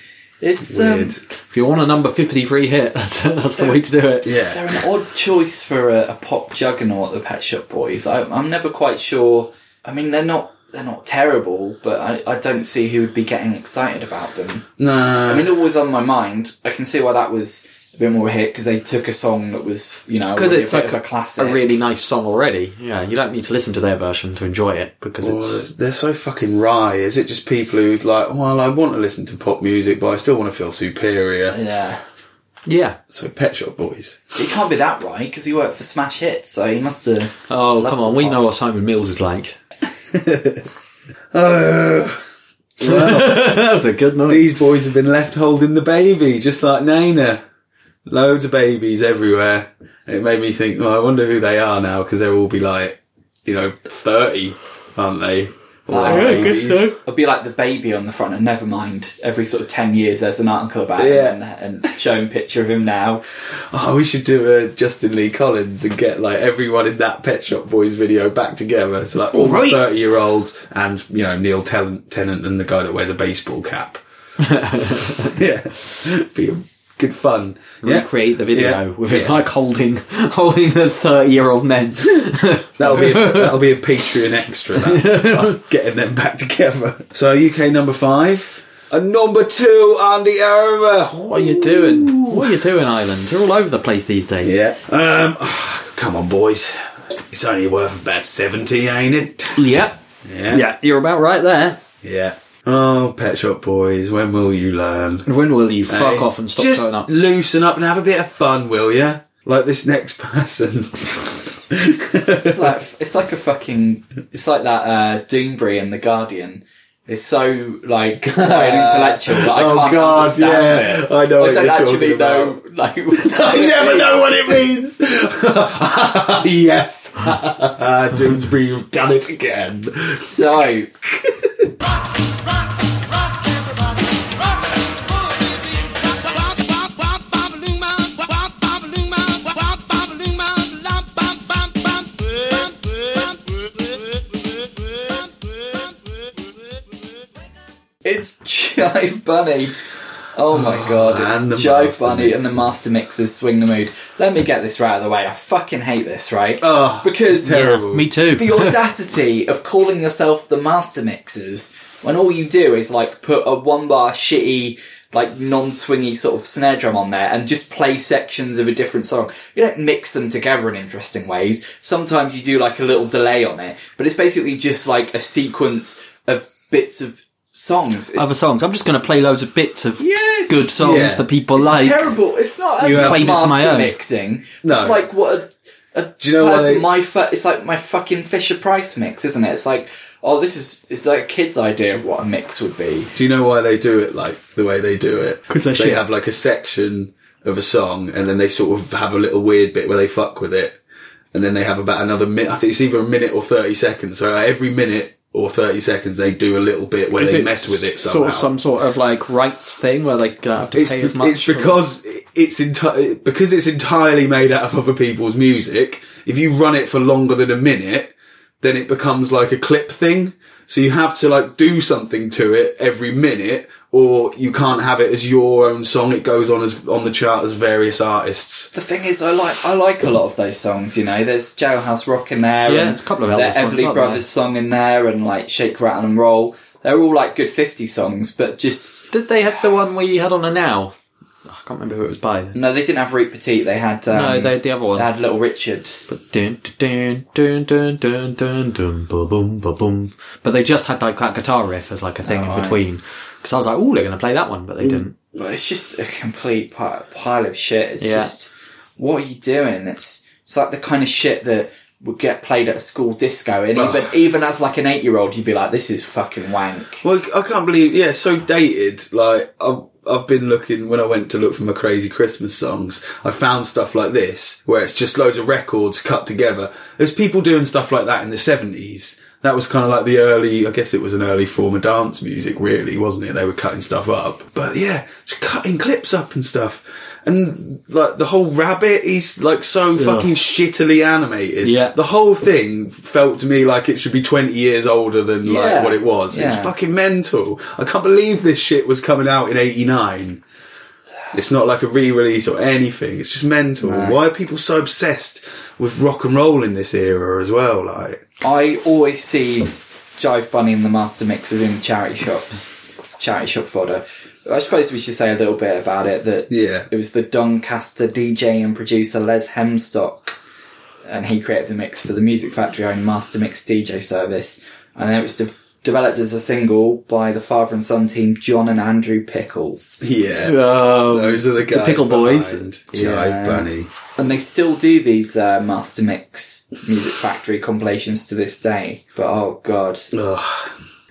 S2: It's um,
S3: Weird.
S1: If you want a number 53 hit, [LAUGHS] that's, that's the way to do it.
S3: yeah.
S2: They're an odd choice for a, a pop juggernaut, the Pet Shop Boys. I, I'm never quite sure. I mean, they're not they're not terrible, but I, I don't see who would be getting excited about them.
S3: No.
S2: I mean, always on my mind. I can see why that was a bit more of a hit because they took a song that was you know
S1: Because
S2: already
S1: it's
S2: a bit
S1: like
S2: of a classic.
S1: A really nice song already. Yeah, you don't need to listen to their version to enjoy it because
S3: Well,
S1: it's.
S3: they're so fucking wry. Is it just people who like, well, I want to listen to pop music, but I still want to feel superior?
S2: yeah.
S1: Yeah.
S3: So Pet Shop Boys.
S2: He can't be that right because he worked for Smash Hits, so he must have.
S1: Oh,
S2: Love
S1: come on,
S2: the
S1: we
S2: pop.
S1: know what Simon Mills is like. [LAUGHS] that was a good noise.
S3: These boys have been left holding the baby, just like Nana. Loads of babies everywhere. It made me think. Well, I wonder who they are now because they'll all be like, you know, thirty, aren't they? All
S2: Oh,
S3: their
S2: yeah, I guess
S3: babies.
S2: I'd be like the baby on the front of Nevermind. Every sort of ten years, there's an article about
S3: Yeah.
S2: him and, and showing picture of him now.
S3: Oh, we should do a Justin Lee Collins and get like everyone in that Pet Shop Boys video back together. So like all the
S1: right.
S3: thirty year olds and you know Neil Ten- Tennant and the guy that wears a baseball cap. yeah, be good fun. Yeah.
S1: Recreate the video
S3: Yeah.
S1: with him [LAUGHS]
S3: Yeah.
S1: like holding holding the thirty year old men.
S3: That'll be a, that'll be a Patreon extra. That, us getting them back together. So UK number five and number two Andy Arrow.
S1: What are you doing? What are you doing, Ireland? You're all over the place these days.
S3: Yeah. Um. [SIGHS] Come on, boys. It's only worth about seventy, ain't it?
S1: Yeah.
S3: Yeah.
S1: Yeah, you're about right there.
S3: Yeah. Oh, Pet Shop Boys, when will you learn?
S1: When will you fuck
S3: Hey,
S1: off and stop
S3: just
S1: showing up?
S3: Loosen up and have a bit of fun, will ya? Like this next [LAUGHS] person.
S2: It's like it's like a fucking it's like that uh, Doombury and the Guardian. It's so
S3: [LAUGHS]
S2: like quite intellectual that I
S3: Oh,
S2: can't
S3: God,
S2: understand
S3: yeah.
S2: it.
S3: I know
S2: I
S3: what
S2: don't
S3: you're
S2: actually
S3: talking
S2: know.
S3: about.
S2: Like
S3: [LAUGHS] I never know what it means. [LAUGHS] yes, [LAUGHS] Uh, Doomsbury, you've done it again.
S2: So it's [LAUGHS] Jive Bunny. Oh my god,
S3: and the
S2: it's Jive
S3: Master
S2: Bunny
S3: Mix.
S2: and the Master Mixers swing the mood. Let me get this right out of the way. I fucking hate this, right?
S3: Oh,
S2: because
S3: terrible.
S1: Me too.
S2: the audacity of calling yourself the master mixers when all you do is like put a one bar shitty like non-swingy sort of snare drum on there and just play sections of a different song you don't mix them together in interesting ways sometimes you do like a little delay on it but it's basically just like a sequence of bits of songs
S1: [LAUGHS]
S2: it's,
S1: Other songs. I'm just going to play loads of bits of
S2: Yeah,
S1: good songs
S3: yeah.
S1: that people
S2: it's
S1: like.
S2: terrible it's not as
S1: You
S2: not
S1: claim it for
S2: master
S1: my own.
S2: mixing
S3: No.
S2: it's like what a
S3: Do you know
S2: Plus,
S3: why?
S2: my fu- it's like my fucking Fisher Price mix, isn't it? It's like, oh, this is it's like a kid's idea of what a mix would be.
S3: Do you know why they do it like the way they do it?
S1: 'Cause they're
S3: they
S1: shit.
S3: have like a section of a song, and then they sort of have a little weird bit where they fuck with it, and then they have about another minute. I think it's either a minute or thirty seconds. So like, every minute or thirty seconds, they do a little bit where
S1: Is
S3: they
S1: it
S3: mess with it. Somehow.
S1: Sort of some sort of like rights thing where they don't have to
S3: it's,
S1: pay as much.
S3: it's
S1: for-
S3: because it's enti- because it's entirely made out of other people's music. If you run it for longer than a minute, then it becomes like a clip thing. So you have to like do something to it every minute, or you can't have it as your own song. It goes on as on the chart as various artists.
S2: The thing is, I like I like a lot of those songs. You know, there's Jailhouse Rock in there,
S1: Yeah,
S2: and
S1: there's a couple of
S2: the
S1: Elvis ones,
S2: Everly
S1: aren't
S2: Brothers
S1: there?
S2: song in there, and like Shake Rattle and Roll. They're all like good fifty songs, but just
S1: Did they have the one where you had on a now? I can't remember who it was by.
S2: no, they didn't have Root Petite. They had um,
S1: no, they had the other one.
S2: they had Little Richard.
S1: But dun dun dun dun dun dun dun ba boom ba boom. But they just had like that guitar riff as like a thing
S2: Oh,
S1: in
S2: right.
S1: between. Because I was like, oh, they're going to play that one, but they didn't.
S2: Well, it's just a complete pi- pile of shit. It's
S1: Yeah.
S2: just what are you doing? It's it's like the kind of shit that would get played at a school disco, and even even as like an eight year old, you'd be like, "This is fucking wank."
S3: Well, I can't believe yeah, so dated. Like I've I've been looking when I went to look for my crazy Christmas songs. I found stuff like this where it's just loads of records cut together. There's people doing stuff like that in the seventies. That was kind of like the early, I guess it was an early form of dance music, really, wasn't it? They were cutting stuff up, but yeah, just cutting clips up and stuff. And like the whole rabbit, he's like so fucking shittily animated.
S1: Yeah.
S3: the whole thing felt to me like it should be twenty years older than like
S2: Yeah.
S3: what it was. It's
S2: Yeah.
S3: fucking mental. I can't believe this shit was coming out in '89. It's not like a re-release or anything. It's just mental. Why are people so obsessed with rock and roll in this era as well? Like,
S2: I always see Jive Bunny and the Master Mixers in charity shops, charity shop fodder. I suppose we should say a little bit about it. That
S3: Yeah.
S2: it was the Doncaster DJ and producer Les Hemstock, and he created the mix for the Music Factory owned Master Mix DJ service, and it was de- developed as a single by the father and son team John and Andrew Pickles.
S3: yeah,
S1: Um,
S3: those are the guys.
S1: Pickle Boys.
S3: behind Jive
S2: Yeah.
S3: Bunny.
S2: And they still do these uh, Master Mix Music Factory compilations to this day. But oh god,
S3: Ugh.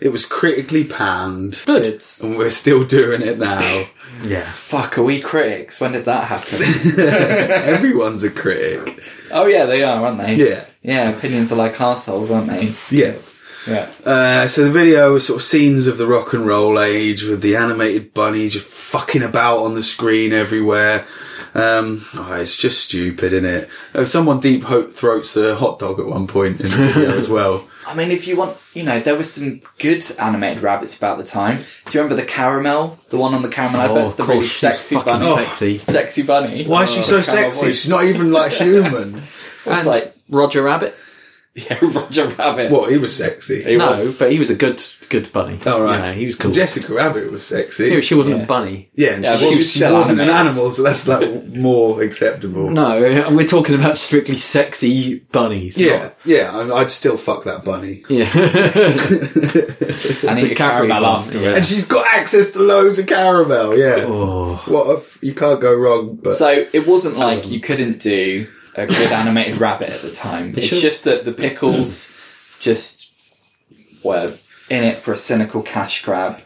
S3: It was critically panned,
S1: good.
S3: and we're still doing it now. [LAUGHS]
S1: Yeah.
S2: Fuck, are we critics? When did that happen? [LAUGHS]
S3: Everyone's a critic.
S2: oh yeah, they are, aren't they?
S3: Yeah.
S2: Yeah, opinions are like assholes, aren't they?
S3: Yeah.
S2: Yeah.
S3: Uh, so the video was sort of scenes of the rock and roll age with the animated bunny just fucking about on the screen everywhere. Um, oh, it's just stupid, isn't it? Oh, someone deep ho- throats a hot dog at one point in the video as well.
S2: I mean, if you want, you know, there was some good animated rabbits about the time. Do you remember the caramel? The one on the caramel
S1: Oh,
S2: adverts?
S1: of
S2: the
S1: course,
S2: really
S1: she's
S2: sexy
S1: fucking
S2: bunny. Oh.
S1: sexy.
S2: Sexy bunny.
S3: [LAUGHS]
S2: Oh,
S3: Why is she
S2: Caramel
S3: so sexy?
S2: voice.
S3: She's not even like human.
S2: It's
S1: And
S2: like, [LAUGHS]
S1: Roger Rabbit.
S2: Yeah, Roger Rabbit.
S3: What he was sexy.
S2: He
S1: no,
S2: was. Oh,
S1: but he was a good good bunny.
S3: All right,
S1: You know, he was cool.
S3: Jessica Rabbit was sexy.
S1: She wasn't
S2: Yeah.
S1: a bunny.
S3: yeah, and
S2: Yeah,
S3: she,
S2: but
S3: she
S2: she's still
S3: wasn't an
S2: animated.
S3: animal, so that's like more acceptable.
S1: No, and [LAUGHS] we're talking about strictly sexy bunnies.
S3: Yeah,
S1: not-
S3: yeah, I- I'd still fuck that bunny.
S2: [LAUGHS]
S1: yeah. [LAUGHS]
S2: and he
S1: Cadbury's
S2: carried that
S1: one.
S2: after
S1: Yeah.
S2: it.
S3: And she's got access to loads of caramel. Yeah,
S1: oh,
S3: what a f- you can't go wrong. But
S2: So it wasn't like
S1: um,
S2: you couldn't do a good animated rabbit at the time. It's
S1: should-
S2: just that the pickles just were in it for a cynical cash
S1: [SIGHS]
S2: grab.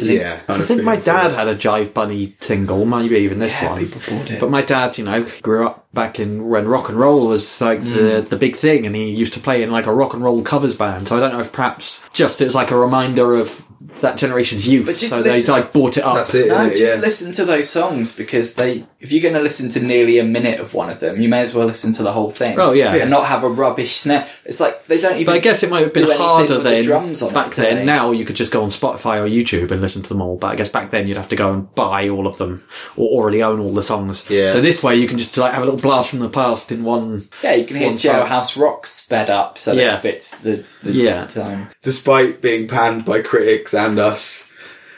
S3: yeah,
S1: I think my dad had a Jive Bunny single, maybe even this
S2: Yeah,
S1: one.
S2: people bought it.
S1: But my dad, you know, grew up back in when rock and roll was like
S2: Hmm.
S1: the the big thing, and he used to play in like a rock and roll covers band. So I don't know if perhaps just it's like a reminder of that generation's youth.
S2: But just
S1: so they
S2: listen-
S1: like bought it up.
S3: That's it.
S2: No,
S3: innit?
S2: just
S3: yeah.
S2: listen to those songs because they. If you're going to listen to nearly a minute of one of them, you may as well listen to the whole thing.
S1: Oh, yeah.
S2: and not have a rubbish snare. It's like they don't even.
S1: But I guess it might have been
S2: do anything
S1: harder
S2: with the
S1: then.
S2: drums on
S1: back
S2: it, do
S1: then,
S2: they?
S1: now you could just go on Spotify or YouTube and listen to them all. But I guess back then you'd have to go and buy all of them or already own all the songs.
S3: Yeah.
S1: So this way you can just like have a little blast from the past in one.
S2: Yeah, you can hear
S1: One song.
S2: Jailhouse Rock sped up so that
S1: Yeah.
S2: it fits the, the
S1: Yeah.
S2: time.
S3: despite being panned by critics and us,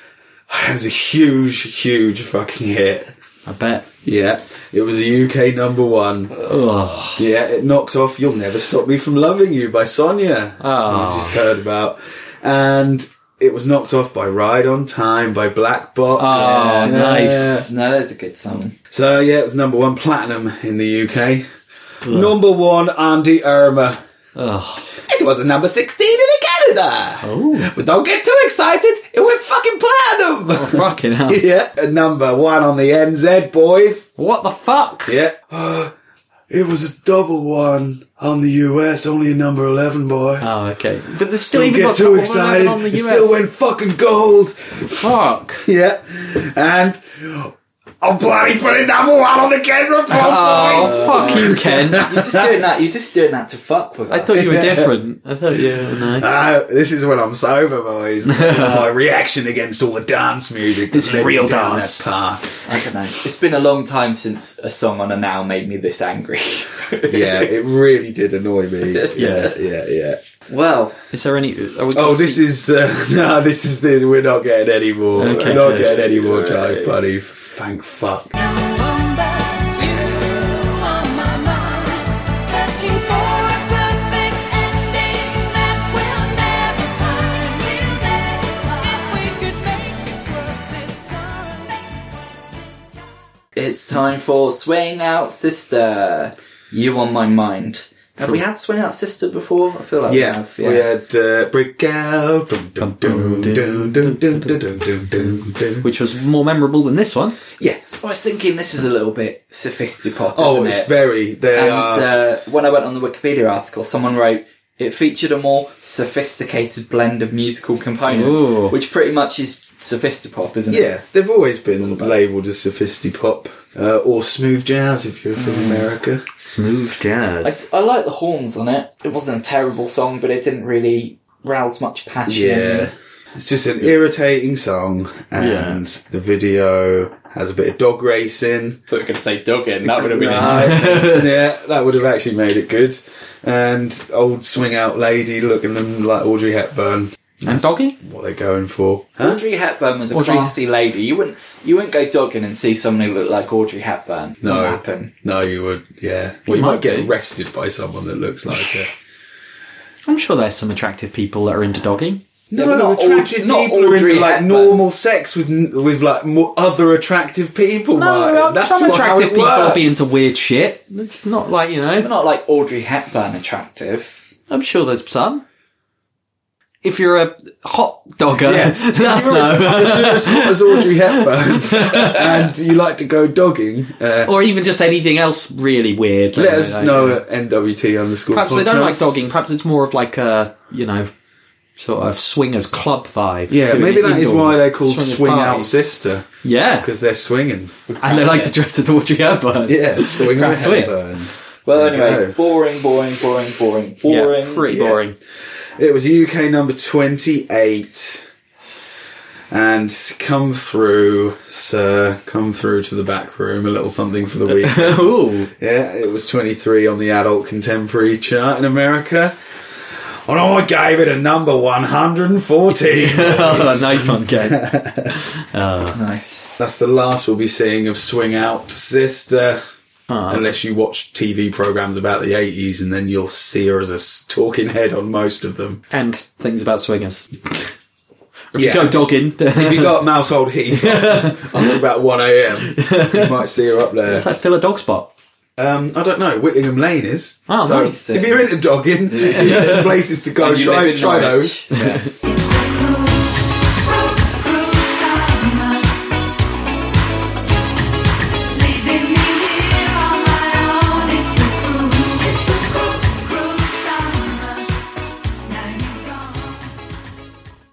S3: [SIGHS] it was a huge, huge fucking hit.
S1: I bet.
S3: Yeah, it was a UK number one. Yeah, it knocked off "You'll Never Stop Me from Loving You" by Sonia.
S1: Oh.
S3: we just heard about, and it was knocked off by "Ride on Time" by Black Box.
S1: Oh,
S3: Yeah.
S1: nice.
S2: No, that's a good song.
S3: So yeah, it was number one platinum in the UK. Number one, Andy Irma.
S1: Ugh.
S3: It was a number 16 in Canada. But don't get too excited. It went fucking platinum.
S1: Fucking hell.
S3: [LAUGHS] yeah, and number one on the NZ, boys.
S1: What the fuck?
S3: Yeah. [GASPS] it was a double one on the US, only a number 11, boy.
S1: Oh, okay. But there's still
S3: don't
S1: even
S3: get
S1: got
S3: too
S1: top 11
S3: excited.
S1: On the
S3: It
S1: US.
S3: still went fucking gold.
S1: Fuck.
S3: Yeah. And I'm bloody putting number one on the Ken Report, boys.
S1: [LAUGHS] Oh, fuck you, Ken.
S2: You're just doing that. You're just doing that to fuck
S1: [LAUGHS]
S2: with.
S1: I
S2: us.
S1: thought you were
S3: Yeah.
S1: different. I thought you were no.
S3: Ah, this is when I'm sober, boys. [LAUGHS] My reaction against all the dance music.
S1: This
S3: that
S1: is
S3: led me
S1: real
S3: down
S1: dance.
S3: That path.
S2: I don't know. It's been a long time since a song on a now made me this angry.
S3: [LAUGHS] [LAUGHS] Yeah, it really did annoy me. Yeah, yeah, yeah.
S2: Well,
S1: Is there any? Are we
S3: Oh, this is uh, [LAUGHS] no, this is the we're not getting any more.
S1: Okay,
S3: we're not
S1: okay.
S3: getting any more jive, buddy. Thank fuck.
S4: Remember you on my mind, searching for a perfect ending that we'll never find. We'll never find. If we could make it work this time, make it work this time.
S2: it's time for Swaying Out Sister. You on my mind. Have we had Swaying Out Sister before? I feel like we
S3: Yeah,
S2: have.
S3: we had uh, break out. Dum, dum, dum, dum, dum, dum, dum, dum, dum, dum.
S1: which was more memorable than this one.
S3: Yeah.
S2: So I was thinking this is a little bit sophisticated.
S3: Oh,
S2: isn't
S3: it's
S2: it?
S3: very. They
S2: And
S3: are.
S2: uh, when I went on the Wikipedia article, someone wrote it featured a more sophisticated blend of musical components,
S1: Ooh.
S2: which pretty much is sophistipop, isn't it?
S3: Yeah, they've always been labelled as sophistipop uh, or smooth jazz if you're from America.
S1: Smooth jazz.
S2: I, I like the horns on it. It wasn't a terrible song, but it didn't really rouse much passion. in me.
S3: Yeah. It's just an irritating song, and the video has a bit of dog racing.
S2: thought you were going to say Duggan. That would have been
S3: Nice. [LAUGHS] yeah, that would have actually made it good. And old swing out lady looking them like Audrey Hepburn.
S1: and doggy.
S3: What they're going for. Huh?
S2: Audrey Hepburn was a
S1: Audrey-
S2: classy lady. You wouldn't you wouldn't go Duggan and see someone who looked like Audrey Hepburn.
S3: No.
S2: Wouldn't happen.
S3: No, you would, yeah. Well, you
S1: might
S3: might get
S1: be.
S3: arrested by someone that looks like her.
S1: I'm sure there's some attractive people that are into doggy.
S3: No,
S2: but not
S3: attractive
S2: Audrey- not
S3: people are
S2: Audrey
S3: into like
S2: Hepburn.
S3: normal sex with n- with like more other attractive people. Martin. Oh That's
S1: some
S3: what- how
S1: attractive
S3: it
S1: people
S3: works.
S1: be into weird shit. It's not like you know.
S2: But not like Audrey Hepburn attractive.
S1: I'm sure there's some. If you're a hot dogger, [LAUGHS]
S3: Yeah.
S1: that's no.
S3: as Audrey Hepburn, and you like to go dogging. Uh,
S1: or even just anything else really weird.
S3: let
S1: Like,
S3: us
S1: like,
S3: know at NWT underscore.
S1: Perhaps they don't
S3: podcast.
S1: like dogging. Perhaps it's more of like a you know sort of swingers club vibe.
S3: Yeah,
S1: Doing
S3: maybe
S1: it
S3: that is
S1: indoors.
S3: why they're called
S1: Swingers
S3: Swing
S1: party.
S3: Out Sister
S1: Yeah,
S3: because they're swinging.
S1: and they like to dress as Audrey Hepburn.
S3: [LAUGHS] Yeah, Swing Out
S1: Swing.
S3: Hepburn.
S2: Well,
S3: There you
S2: anyway,
S3: go.
S2: boring, boring, boring, boring,
S1: Yeah,
S2: boring.
S3: [LAUGHS]
S1: pretty
S3: Yeah.
S1: boring.
S3: It was UK number twenty-eight. And come through, sir, come through to the back room, a little something [LAUGHS] for the weekend.
S1: Ooh.
S3: Yeah, it was 23 on the adult contemporary chart in America. And I gave it a number 114.
S1: [LAUGHS] Oh, [LAUGHS] nice one, Ken.
S2: Nice.
S3: That's the last we'll be seeing of Swing Out Sister.
S1: Ah.
S3: Unless you watch TV programs about the 80s and then you'll see her as a s- talking head on most of them.
S1: and things about swingers. If
S3: Yeah.
S1: you go dogging, [LAUGHS]
S3: If
S1: is
S3: you got Mousehold Heath
S1: [LAUGHS]
S3: on about 1am, you might see her up there.
S1: that still a dog spot?
S3: Um, I don't know. Whittingham Lane is.
S1: Oh,
S3: so
S1: nice.
S3: If you're into dogging, [LAUGHS] if you need some places to go,
S2: And you live
S3: try,
S2: in
S3: try those.
S2: Norwich. Yeah.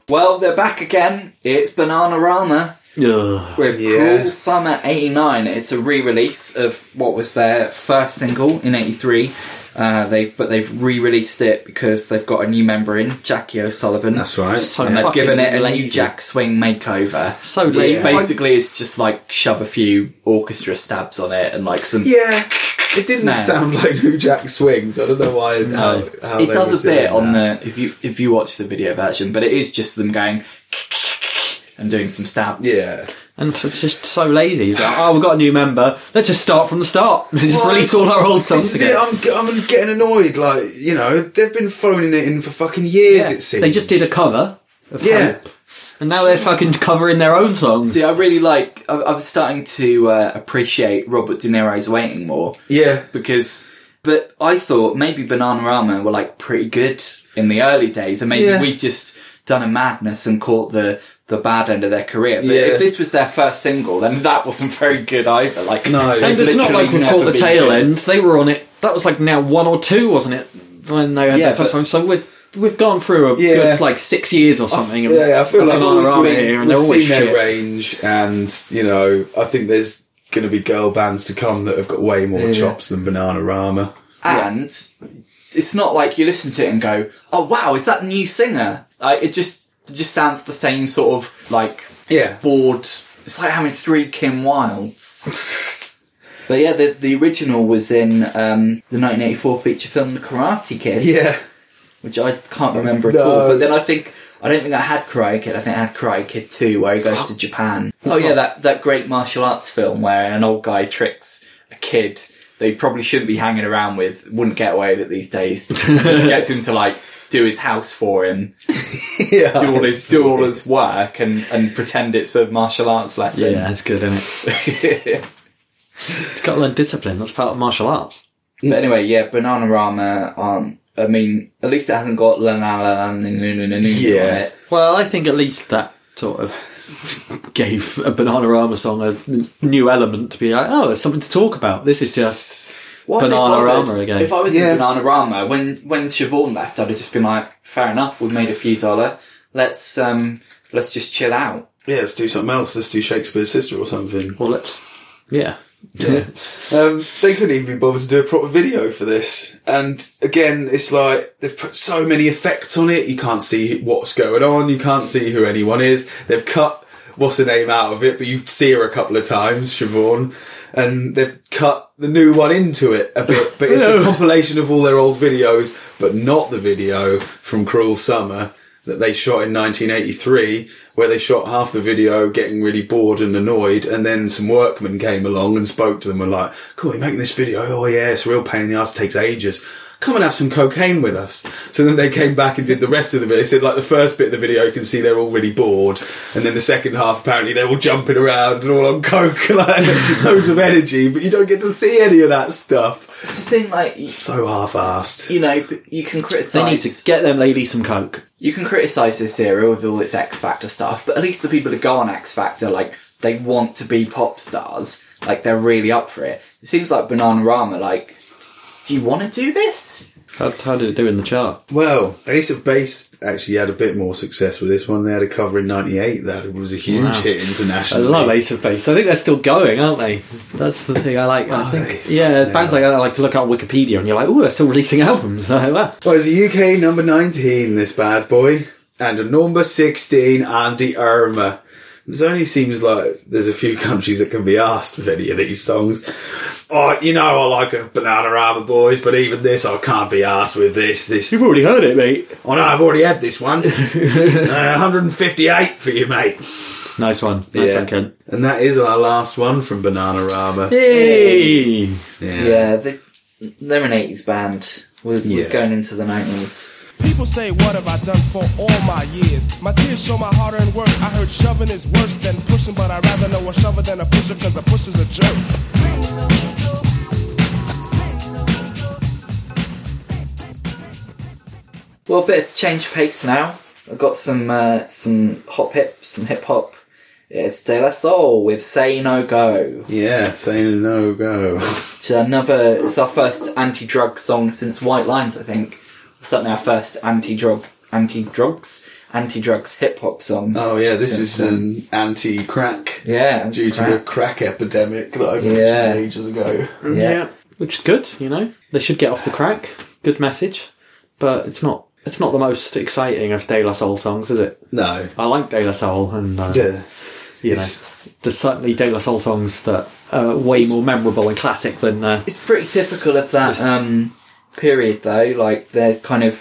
S2: Well, they're back again. It's Bananarama
S1: Ugh.
S2: with
S3: Yeah.
S2: Cruel Summer 89. It's a re-release of what was their first single in 83. Uh, they've but they've re-released it because they've got a new member in Jackie O'Sullivan.
S3: That's right.
S1: So
S2: and they've
S1: fucking
S2: given it a
S1: lazy.
S2: new Jack Swing makeover.
S1: So
S2: which
S1: lazy.
S2: basically is just like shove a few orchestra stabs on it and like some.
S3: Yeah, it didn't
S2: Snares.
S3: sound like New Jack Swings. I don't know why. No, how, how
S2: it
S3: they
S2: does
S3: were
S2: a bit
S3: doing
S2: on
S3: that.
S2: the if you if you watch the video version, but it is just them going [LAUGHS] and doing some stabs.
S3: Yeah,
S1: And it's just so lazy. It's Like, oh, we've got a new member. Let's just start from the start. [LAUGHS] Let's just
S3: Well,
S1: release all our old songs
S3: this is it.
S1: again.
S3: I'm, I'm getting annoyed. Like you know, they've been phoning it in for fucking years. It seems
S1: They just did a cover of
S3: Yeah.
S1: Help, and now they're fucking covering their own songs.
S2: See, I really like. I, I'm starting to uh, appreciate Robert De Niro's waiting more
S3: yeah.
S2: because. But I thought maybe Bananarama were like pretty good in the early days, and maybe
S3: Yeah.
S2: we just done a madness and caught the the bad end of their career. But
S3: Yeah.
S2: if this was their first single, then that wasn't very good either. Like,
S3: No.
S2: they've
S3: And
S1: And it's not
S2: literally
S1: like we've
S2: never
S1: caught the
S2: been
S1: tail
S2: good.
S1: end. They were on it. That was like now one or two, wasn't it? When they had
S2: Yeah,
S1: their first
S2: but-
S1: song. So we've we've gone through a
S3: Yeah.
S1: good like six years or something. of-
S3: Yeah, I feel
S1: of
S3: like
S1: Banana
S3: we've
S1: Rama
S3: seen,
S1: here, and
S3: we've
S1: they're always
S3: seen their
S1: shit.
S3: range, and you know, I think there's going to be girl bands to come that have got way more chops than Banana Rama.
S2: and it's not like you listen to it and go, "Oh wow, is that the new singer?" Like it just it just sounds the same sort of like
S3: Yeah. [LAUGHS]
S2: bored. It's like having three Kim Wilds. [LAUGHS] but yeah, the the original was in um, the 1984 feature film The Karate Kid,
S3: Yeah,
S2: which I can't remember at
S3: No.
S2: all. But then I think. I don't think I had Karate Kid. I think I had Karate Kid 2, where he goes to Japan. Oh yeah, that, that great martial arts film where an old guy tricks a kid that he probably shouldn't be hanging around with, wouldn't get away with it these [LAUGHS] days. just gets him to like do his house for him,
S3: yeah.
S2: do all his do all his work, and and pretend it's a martial arts lesson.
S1: Yeah, it's good, isn't it?
S2: [LAUGHS]
S1: It's got to learn discipline. That's part of martial arts.
S2: But anyway, yeah, Banana Rama aren't. I mean, at least it hasn't got la la la la na- na- na- na- na-
S3: Yeah.
S2: on it.
S1: Well, I think at least that sort of [LAUGHS] gave a Banana Rama song a n- new element to be like, oh, there's something to talk about. This is just
S2: Why have they
S1: Banana
S2: bothered?
S1: Rama again.
S2: If I was
S3: Yeah.
S2: in Banana Rama, when when Siobhan left, I'd have just been like, fair enough, we've made a few dollar. Let's um, let's just chill out.
S3: Yeah, let's do something else. Let's do Shakespeare's Sister or something.
S1: well, let's yeah.
S3: Um, they couldn't even be bothered to do a proper video for this. And again, it's like they've put so many effects on it. You can't see what's going on. You can't see who anyone is. They've cut what's her name out of it, but you see her a couple of times, Siobhan. And they've cut the new one into it a bit, but it's a compilation of all their old videos, but not the video from Cruel Summer that they shot in 1983, where they shot half the video getting really bored and annoyed, and then some workmen came along and spoke to them and like, cool, you're making this video, oh yeah, it's a real pain in the ass, takes ages. Come and have some cocaine with us. So then they came back and did the rest of the video. They said like the first bit of the video, you can see they're all really bored, and then the second half, apparently they're all jumping around and all on coke, [LAUGHS] like loads of energy, but you don't get to see any of that stuff.
S2: It's the thing, like y-
S3: So half-assed.
S2: you know, you can criticize.
S1: They need to get them lady some coke.
S2: you can criticize this era with all its X Factor stuff, but at least the people that go on X Factor, like, they want to be pop stars. Like, they're really up for it. It seems like Banana Rama, like, do you want to do this?
S1: How, how did it do in the chart?
S3: Well, Ace of Base actually had a bit more success with this one. They had a cover in '98 that was a huge hit
S1: I
S3: internationally.
S1: love Ace of Base. I think they're still going, aren't they? That's the thing I like. I
S3: Are
S1: think
S3: they?
S1: yeah, bands like that I like to look at Wikipedia, and you're like, oh, they're still releasing albums. [LAUGHS] Like, wow.
S3: Well, it's a UK number 19, this bad boy, and a number 16, Andy Irma. It only seems like there's a few countries that can be asked with any of these songs. Oh, you know, I like a Banana Rama Boys, but even this, I can't be asked with this. This, I
S1: already heard it, mate.
S3: know I've already had
S1: [LAUGHS]
S3: this one. uh, 158 for you, mate.
S1: Nice one. Nice
S3: Yeah.
S1: one, Ken.
S3: And that is our last one from Banana Rama.
S1: Yay!
S2: Yeah, they, they're an 80s band. We're,
S3: Yeah.
S2: we're going into the 90s.
S8: People say, What have I done for all my years? My tears show my hard earned work. I heard shoving is worse than pushing, but I'd rather know a shover than a pusher, cause a pusher's a jerk.
S2: Well, a bit of change of pace now. I've got some uh, some hop hip, some hip hop. It's De La Soul with Say No Go,
S3: Yeah, saying no go.
S2: which is another. It's our first anti-drug song since White Lines, I think. Certainly our first anti-drug, anti-drugs, anti-drugs hip hop song.
S3: Oh yeah, this
S2: Since
S3: is
S2: then.
S3: an anti-crack
S2: yeah,
S3: due to the
S2: crap.
S3: crack epidemic that I mentioned
S2: Yeah.
S3: ages ago. [LAUGHS]
S2: Yeah.
S1: Which is good, you know. They should get off the crack. Good message. But it's not it's not the most exciting of De La Soul songs, is it?
S3: No.
S1: I like De La Soul and uh,
S3: Yeah.
S1: you know there's certainly De La Soul songs that are way more memorable and classic than uh,
S2: It's pretty typical of that um, period, though. Like they're kind of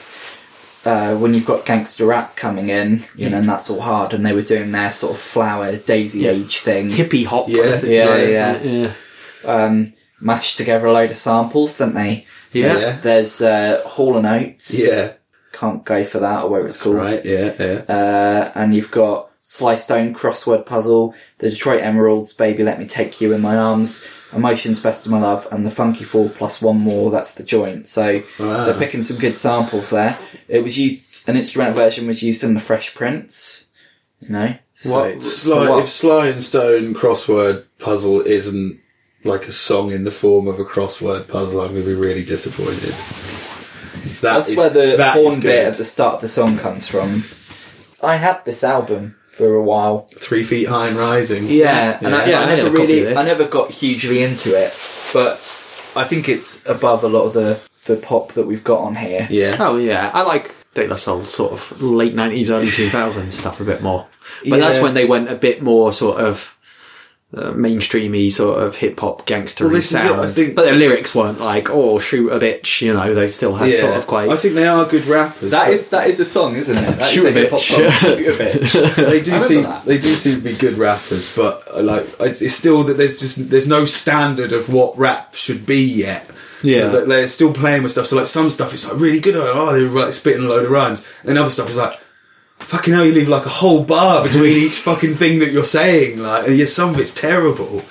S2: uh, when you've got gangster rap coming in, you know, and that's all hard, and they were doing their sort of flower daisy age thing,
S1: hippie hop.
S3: Yeah,
S1: as it's
S2: yeah,
S1: known, isn't
S2: yeah.
S1: it? yeah.
S2: um, mashed together a load of samples, didn't they?
S1: Yeah.
S2: There's, there's uh, Hall and Oates.
S3: Yeah.
S2: Can't go for that or whatever it's called.
S3: Right. Yeah. Yeah.
S2: Uh, and you've got Sly Stone crossword puzzle, the Detroit Emeralds, baby let me take you in my arms, emotions best of my love, and the funky four plus one more. That's the joint. So
S3: Wow.
S2: they're picking some good samples there. It was used. An instrumental version was used in the Fresh Prince. You know. So,
S1: What?
S3: Sly,
S2: What?
S3: If Sly and Stone crossword puzzle isn't like a song in the form of a crossword puzzle, I'm going to be really disappointed. That
S2: That's
S3: is-
S2: where the
S3: that is
S2: horn bit
S3: good.
S2: at the start of the song comes from. I had this album for a while.
S3: three feet high and rising.
S2: Yeah, and I,
S1: Yeah,
S2: I
S1: I
S2: never
S1: had a copy
S2: really,
S1: of this.
S2: I never got hugely into it, but I think it's above a lot of the the pop that we've got on here.
S3: Yeah.
S1: Oh yeah, I like De La Soul sort of late nineties, early two thousands stuff a bit more. But that's
S3: Yeah.
S1: when they went a bit more sort of uh, mainstreamy, sort of hip hop gangster
S3: Well, this is it, I
S1: sound.
S3: think-
S1: But their lyrics weren't like "oh shoot a bitch," you know. They still had
S3: Yeah.
S1: sort of quite.
S3: I think they are good rappers.
S2: That is that is a song, isn't it? That is
S1: Shoot a
S2: hip-hop
S1: bitch.
S2: song, Shoot a bitch.
S3: they do
S2: remember
S3: seem
S2: that.
S3: they do seem to be good rappers, but uh, like it's, it's still that there's just there's no standard of what rap should be yet.
S1: Yeah.
S3: so that they're still playing with stuff. So like some stuff is like really good. like, Oh, they're like spitting a load of rhymes, and other stuff is like. Fucking hell, you leave like a whole
S2: [LAUGHS]
S3: bar between each fucking thing that you're saying. Like, and yeah, some of it's terrible,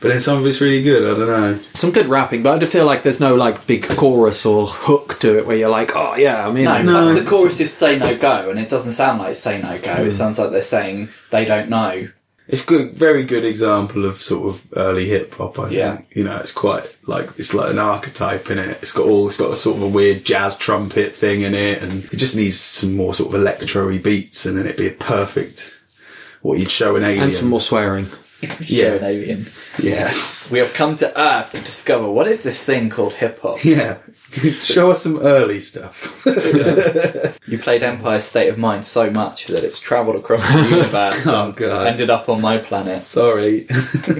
S3: but then some of it's really good. I don't know.
S1: some good rapping, but I do feel like there's no like big chorus or hook to it where you're like, oh yeah, I mean,
S2: No,
S3: No.
S2: plus the chorus is "Say No Go," and it doesn't sound like "Say No Go." It sounds like they're saying they don't know.
S3: It's good, very good example of sort of early hip hop. I
S2: Yeah.
S3: think you know it's quite like it's like an archetype in it. It's got all it's got a sort of a weird jazz trumpet thing in it, and it just needs some more sort of electro-y beats, and then it'd be a perfect what you'd show an alien.
S1: and some more swearing.
S3: [LAUGHS] Yeah.
S2: Show an alien.
S3: yeah,
S2: We have come to Earth to discover what is this thing called hip hop.
S3: yeah. [LAUGHS] show us some early stuff. [LAUGHS] Oh,
S2: You played Empire State of Mind so much that it's travelled across the universe
S3: Oh,
S2: and
S3: God.
S2: ended up on my planet.
S3: Sorry. [LAUGHS]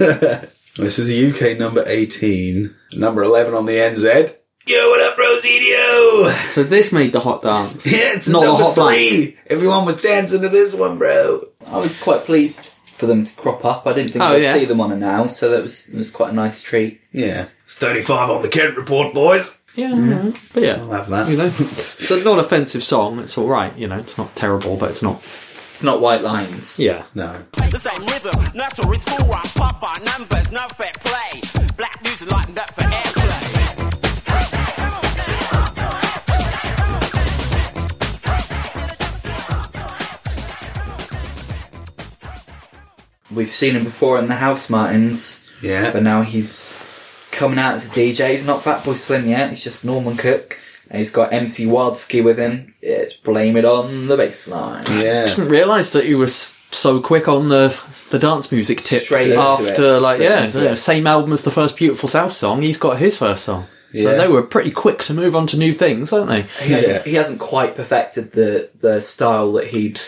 S3: this is UK number eighteen, number eleven on the NZ. Yo, what up, Rosilio?
S1: So this made the hot dance.
S3: Yeah, it's
S1: Not a
S3: number
S1: hot
S3: three. Everyone was dancing to this one, bro.
S2: I was quite pleased for them to crop up. I didn't think
S1: Oh,
S2: I'd
S1: yeah.
S2: see them on a now, so that was it was quite a nice treat.
S3: Yeah. It's 35 on the Kent report, boys.
S1: Yeah, but yeah,
S3: I'll have that.
S1: you know, it's a non-offensive song. It's all right, you know. It's not terrible, but it's not.
S2: It's not white lines.
S1: Yeah,
S3: No.
S6: This ain't rhythm, nursery school rhyme, pop our numbers, no fair play. Black music lightened up for airplay.
S2: We've seen him before in the House Martins,
S3: Yeah.
S2: but now he's coming out as a DJ. He's not Fatboy Slim yet. He's just Norman Cook. And he's got MC Wildski with him. It's blame it on the baseline.
S3: yeah. [LAUGHS]
S1: didn't realise that you were s- so quick on the the dance music tip
S2: Straight into
S1: after
S2: it,
S1: like
S2: straight
S1: yeah,
S2: into
S1: yeah,
S2: it.
S1: same album as the first Beautiful South song. He's got his first song, so
S3: Yeah.
S1: they were pretty quick to move on to new things, weren't they?
S2: he hasn't,
S3: Yeah.
S2: he hasn't quite perfected the the style that he'd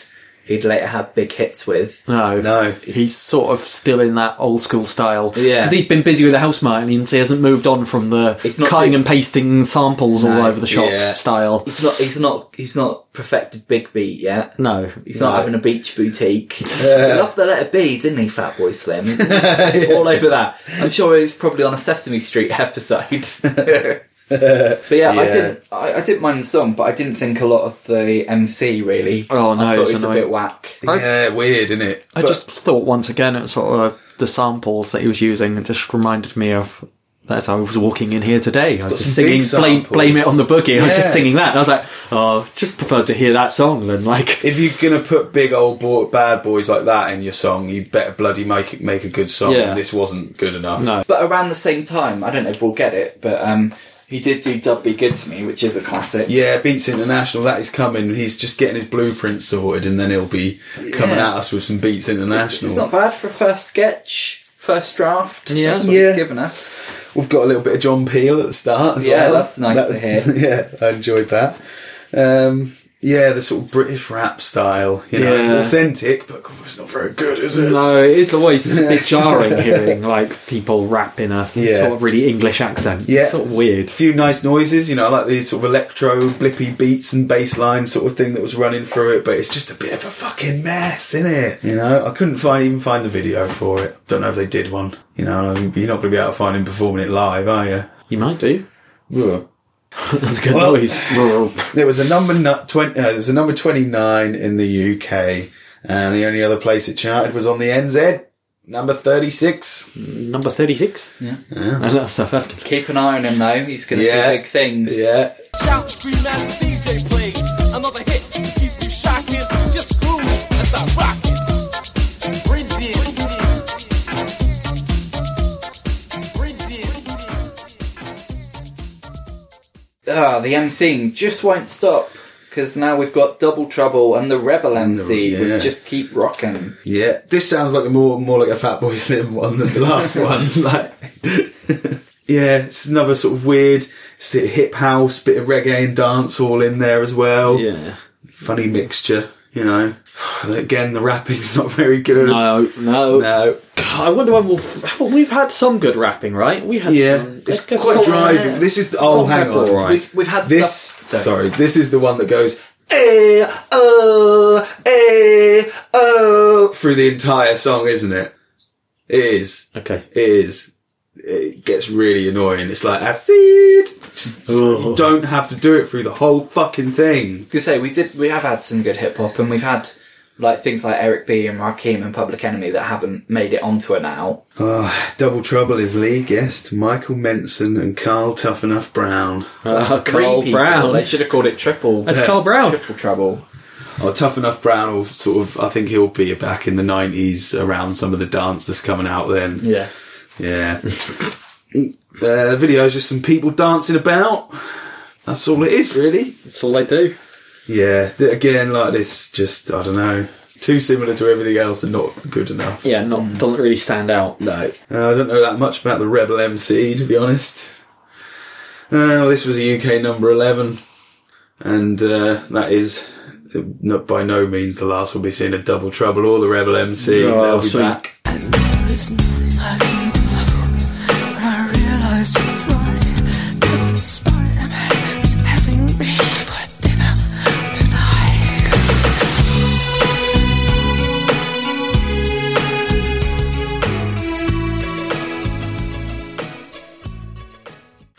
S2: who'd later have big hits with.
S1: No,
S3: No.
S1: He's sort of still in that old school style.
S2: Yeah.
S1: because he's been busy with the house marketing, so he hasn't moved on from the
S2: It's not
S1: cutting
S2: too-
S1: and pasting samples all
S2: No,
S1: over the shop
S3: yeah.
S1: style.
S2: He's not. He's not. He's not perfected Big Beat yet.
S1: No,
S2: He's not having a beach boutique. He loved the letter B, didn't he, Fat Boy Slim? All over that. I'm sure he was probably on a Sesame Street episode. but yeah, I
S3: Yeah.
S2: didn't. I, I didn't mind the song, but I didn't think a lot of the MC really.
S1: Oh, no,
S2: I thought
S1: it's
S2: it was a
S1: annoying.
S2: bit whack.
S3: yeah, weird, isn't it?
S1: I just thought once again at sort of the samples that he was using. It just reminded me of. That's how I was walking in here today. I was just
S3: some
S1: singing
S3: big
S1: blame,
S3: samples.
S1: blame It on the Boogie. I was just
S3: Yeah.
S1: singing that. And I was like, oh, just preferred to hear that song than like.
S3: If you're gonna put big old boy, bad boys like that in your song, you better bloody make make a good song.
S1: Yeah.
S3: And this wasn't good enough.
S1: No.
S2: But around the same time, I don't know if we'll get it, but um, he did do "Dub Be Good to Me," which is a classic.
S3: Yeah, Beats International, that is coming. He's just getting his blueprint sorted, and then he'll be coming
S2: Yeah.
S3: at us with some Beats
S2: It's,
S3: International.
S2: it's not bad for a first sketch, first draft.
S1: Yeah.
S2: that's what
S3: Yeah.
S2: he's given us.
S3: We've got a little bit of John Peel at the start. As
S2: Yeah,
S3: well.
S2: that's nice to hear.
S3: [LAUGHS] yeah, I enjoyed that. Um, yeah, the sort of British rap style, you know,
S1: Yeah.
S3: authentic, but it's not very good, is it?
S1: No, it's always a bit
S3: [LAUGHS]
S1: jarring hearing like people rap in a
S3: Yeah.
S1: sort of really English accent.
S3: Yeah,
S1: it's sort of weird.
S3: A few nice noises, you know, I like the sort of electro blippy beats and bass line sort of thing that was running through it, but it's just a bit of a fucking mess, isn't it? You know, I couldn't find even find the video for it. Don't know if they did one. You know, you're not going to be able to find him performing it live, are you?
S1: You might do. [LAUGHS]
S3: Ugh.
S1: That's a good
S3: Well-
S1: noise.
S3: There was a number nu- twenty. Uh, there was a number twenty nine in the UK, and the only other place it charted was on the NZ, number thirty six.
S1: Number thirty-six. Yeah, I know South African.
S2: Keep an eye on him though; he's going to
S3: Yeah.
S2: do big things.
S3: Yeah,
S6: Shout and scream as the DJ plays. Another hit to keep you shocking. Just groove and stop rocking. Bring it in. Bring it in.
S2: Ah, the MCing just won't stop because now we've got Double Trouble and the Rebel MC
S3: yeah.
S2: with "Just Keep Rocking."
S3: yeah. This sounds like a more more like a Fat Boy Slim one than the last [LAUGHS] one. Like, [LAUGHS] yeah, it's another sort of weird, it's a hip house, bit of reggae and dance all in there as well.
S1: Yeah.
S3: funny mixture, you know. [SIGHS] Again, the rapping's not very good.
S1: No, no.
S3: No,
S1: I wonder when we'll. F- we've had some good rapping, right? We had.
S3: Yeah,
S1: some,
S3: it's
S1: like a
S3: quite
S1: song-
S3: driving. This is the, oh,
S1: Some
S3: hang
S1: rebel,
S3: on.
S1: right.
S2: We've we've had
S3: This
S2: stuff.
S3: sorry, this is the one that goes eh oh eh oh through the entire song, isn't it? It is.
S1: Okay.
S3: It is. It gets really annoying. It's like acid. Just, you
S1: Ugh.
S3: don't have to do it through the whole fucking thing.
S2: to say we did we have had some good hip hop and we've had like things like Eric B and Rakim and Public Enemy that haven't made it onto it now.
S3: Ah, Double Trouble is Lee Guest, Michael Menson, and Carl Tough Enough Brown.
S1: Uh,
S2: Three
S1: Carl
S2: people. They
S1: Brown.
S2: should have called it triple.
S1: That's Carl Brown.
S2: Triple trouble.
S3: Oh, Tough Enough Brown will sort of, I think he'll be back in the 90s around some of the dance that's coming out then.
S2: Yeah.
S3: Yeah. uh, the video is just some people dancing about. That's all it is, really.
S1: That's all they do.
S3: Yeah. th- Again, like this, just, I don't know. Too similar to everything else and not good enough.
S1: Yeah, not
S2: Hmm.
S1: doesn't really stand out.
S3: No. Uh, I don't know that much about the Rebel MC, to be honest. Uh, this was a UK number 11. And uh, that is uh, not by no means the last we'll be seeing a Double Trouble or the Rebel MC.
S1: Oh,
S3: They'll be
S1: sweet.
S3: back.
S7: There's nothing I can do. When I realize you're right, the Spider-Man is having me for dinner tonight.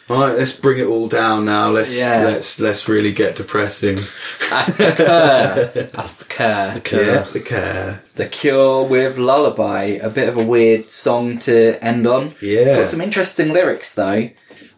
S3: All right, let's bring it all down now. Let's
S2: Yeah.
S3: let's let's really get depressing.
S2: That's the [LAUGHS] cure. That's the cure. The cure.
S3: Yeah, the care.
S2: with lullaby. A bit of a weird song to end on.
S3: Yeah.
S2: It's got some interesting lyrics though.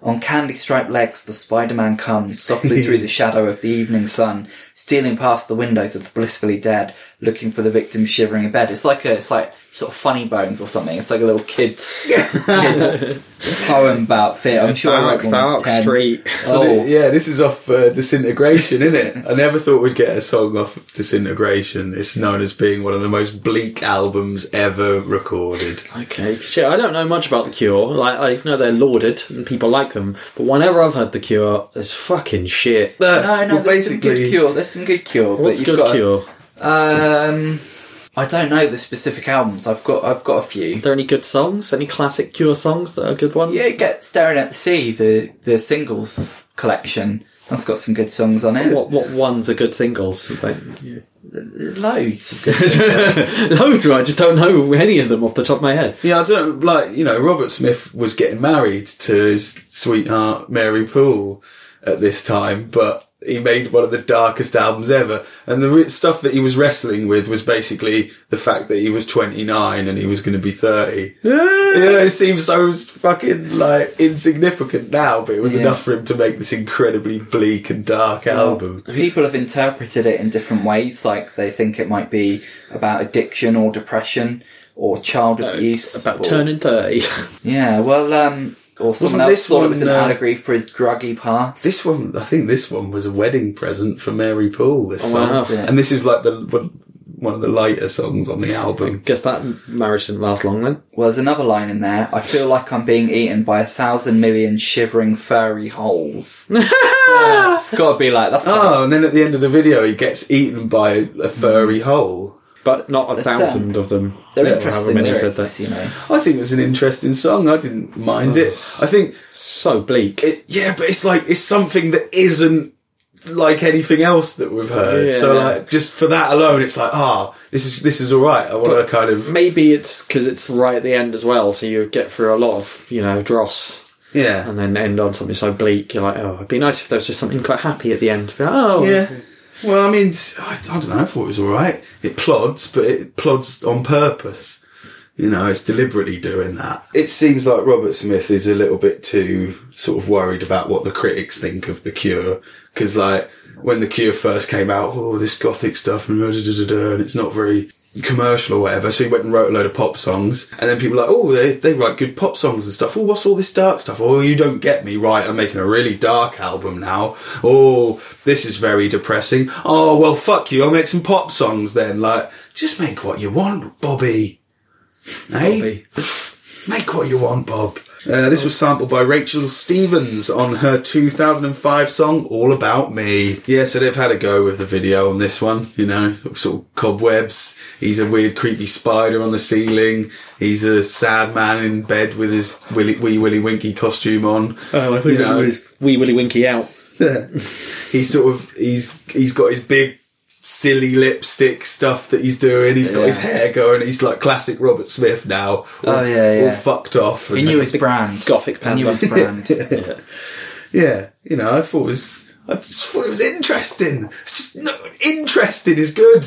S2: On candy striped legs, the Spider Man comes softly through the shadow of the evening sun, stealing past the windows of the blissfully dead, looking for the victim shivering in bed. It's like a, it's like sort of funny bones or something. It's like a little kid's, kid's poem about fear. I'm sure I wrote one was ten.
S1: street.
S2: Oh,
S3: Yeah, this is off uh, Disintegration, isn't it? I never thought we'd get a song off Disintegration. It's known as being one of the most bleak albums ever recorded.
S1: Okay, shit. I don't know much about the Cure. Like I know they're lauded and people like them, but whenever I've heard the Cure, it's fucking shit.
S2: no, no,
S3: Well,
S2: there's some good cure. There's some good cure.
S1: What's
S2: but you've
S1: good
S2: got
S1: Cure?
S2: Um, I don't know the specific albums. I've got I've got a few.
S1: Are there any good songs? Any classic Cure songs that are good ones?
S2: Yeah, get staring at the sea. The the singles collection. That's got some good songs on it.
S1: What what ones are good singles? Like, [LAUGHS]
S2: Loads of good.
S1: Loads, right? I just don't know any of them off the top of my head.
S3: Yeah, I don't like you know Robert Smith was getting married to his sweetheart Mary Poole at this time, but he made one of the darkest albums ever, and the re- stuff that he was wrestling with was basically the fact that he was 29 and he was going to
S2: [LAUGHS]
S3: be 30. you know, it seems so fucking like insignificant now, but it was
S2: Yeah.
S3: enough for him to make this incredibly bleak and dark album.
S2: People have interpreted it in different ways. Like they think it might be about addiction or depression or child
S3: Uh,
S2: abuse.
S1: About
S2: or-
S1: turning thirty. [LAUGHS]
S2: Yeah, well, um, or someone
S3: Wasn't
S2: else
S3: this
S2: thought it
S3: one,
S2: was an
S3: uh,
S2: allegory for his druggy past.
S3: This one, I think this one was a wedding present for Mary Poole. This song,
S1: wow.
S3: and this is like the one of the lighter songs on the album.
S1: Guess that marriage didn't last long then.
S2: Well, there's another line in there. I feel like I'm being eaten by a thousand million shivering furry holes. Yeah, it's got to be like that's. like-
S3: Oh, and then at the end of the video, he gets eaten by a
S1: Mm.
S3: furry hole.
S1: But not a
S2: That's, um,
S1: thousand of them.
S2: they're
S1: Yeah,
S2: interesting
S1: however many
S2: lyrics,
S1: said that.
S2: you know.
S3: I think it was an interesting song. I didn't mind it. I think
S1: So bleak.
S3: it, yeah, but it's like it's something that isn't like anything else that we've heard.
S1: Yeah.
S3: So like just for that alone, it's like ah, this is this is all right. I want to kind of
S1: Maybe it's because it's right at the end as well, so you get through a lot of you know dross
S3: yeah.
S1: and then end on something so bleak. You're like, oh, it'd be nice if there was just something quite happy at the end. Be like, oh,
S3: Yeah. Well, I mean, I, I don't know. I thought it was all right. It plods, but it plods on purpose. You know, it's deliberately doing that. It seems like Robert Smith is a little bit too sort of worried about what the critics think of The Cure. Because, like, when The Cure first came out, oh, this gothic stuff, and, da, da, da, da, da, and it's not very commercial or whatever. So he went and wrote a load of pop songs. And then people were like, oh, they, they write good pop songs and stuff. Oh, what's all this dark stuff? Oh, you don't get me right. I'm making a really dark album now. Oh, this is very depressing. Oh, well, fuck you. I'll make some pop songs then. Like, just make what you want, Bobby. Hey, make what you want, Bob. Uh, this was sampled by Rachel Stevens on her 2005 song "All About Me." Yeah, so they've had a go with the video on this one. You know, sort of cobwebs. He's a weird, creepy spider on the ceiling. He's a sad man in bed with his willy, wee willy winky costume on.
S1: Oh, I think
S3: You
S1: that
S3: know,
S1: was Wee Willy Winky out.
S3: he's sort of he's he's got his big silly lipstick stuff that he's doing he's got his
S2: Yeah.
S3: hair going he's like classic robert smith now all,
S2: Oh, yeah, yeah.
S3: all fucked off
S2: He
S3: And-
S2: knew his brand.
S1: gothic
S2: He knew
S1: panda.
S2: his
S1: [LAUGHS]
S2: brand.
S3: yeah you know i thought it was i just thought it was interesting it's just no interesting is good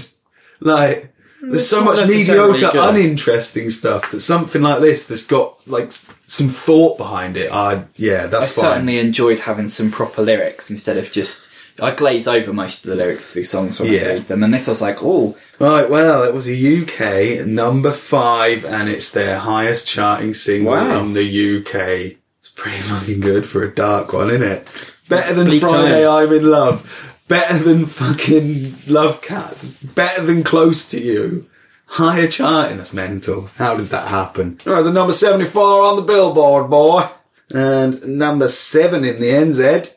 S3: like there's so
S1: not
S3: much
S1: necessarily
S3: mediocre
S1: good.
S3: uninteresting stuff but something like this that's got like s- some thought behind it i yeah
S2: I
S3: that's fine
S2: certainly enjoyed having some proper lyrics instead of just. I glaze over most of the lyrics of these songs when
S3: Yeah.
S2: I read them, and this I was like, oh,
S3: Right, well, it was a UK number five, and it's their highest charting single
S1: Wow.
S3: in the UK. It's pretty fucking good for a dark one, isn't it? Better than
S1: Bleak
S3: Friday,
S1: times.
S3: I'm in love. Better than fucking Love Cats. Better than Close to You. Higher charting. That's mental. How did that happen? That was a number 74 on the Billboard, boy. And number seven in the NZ.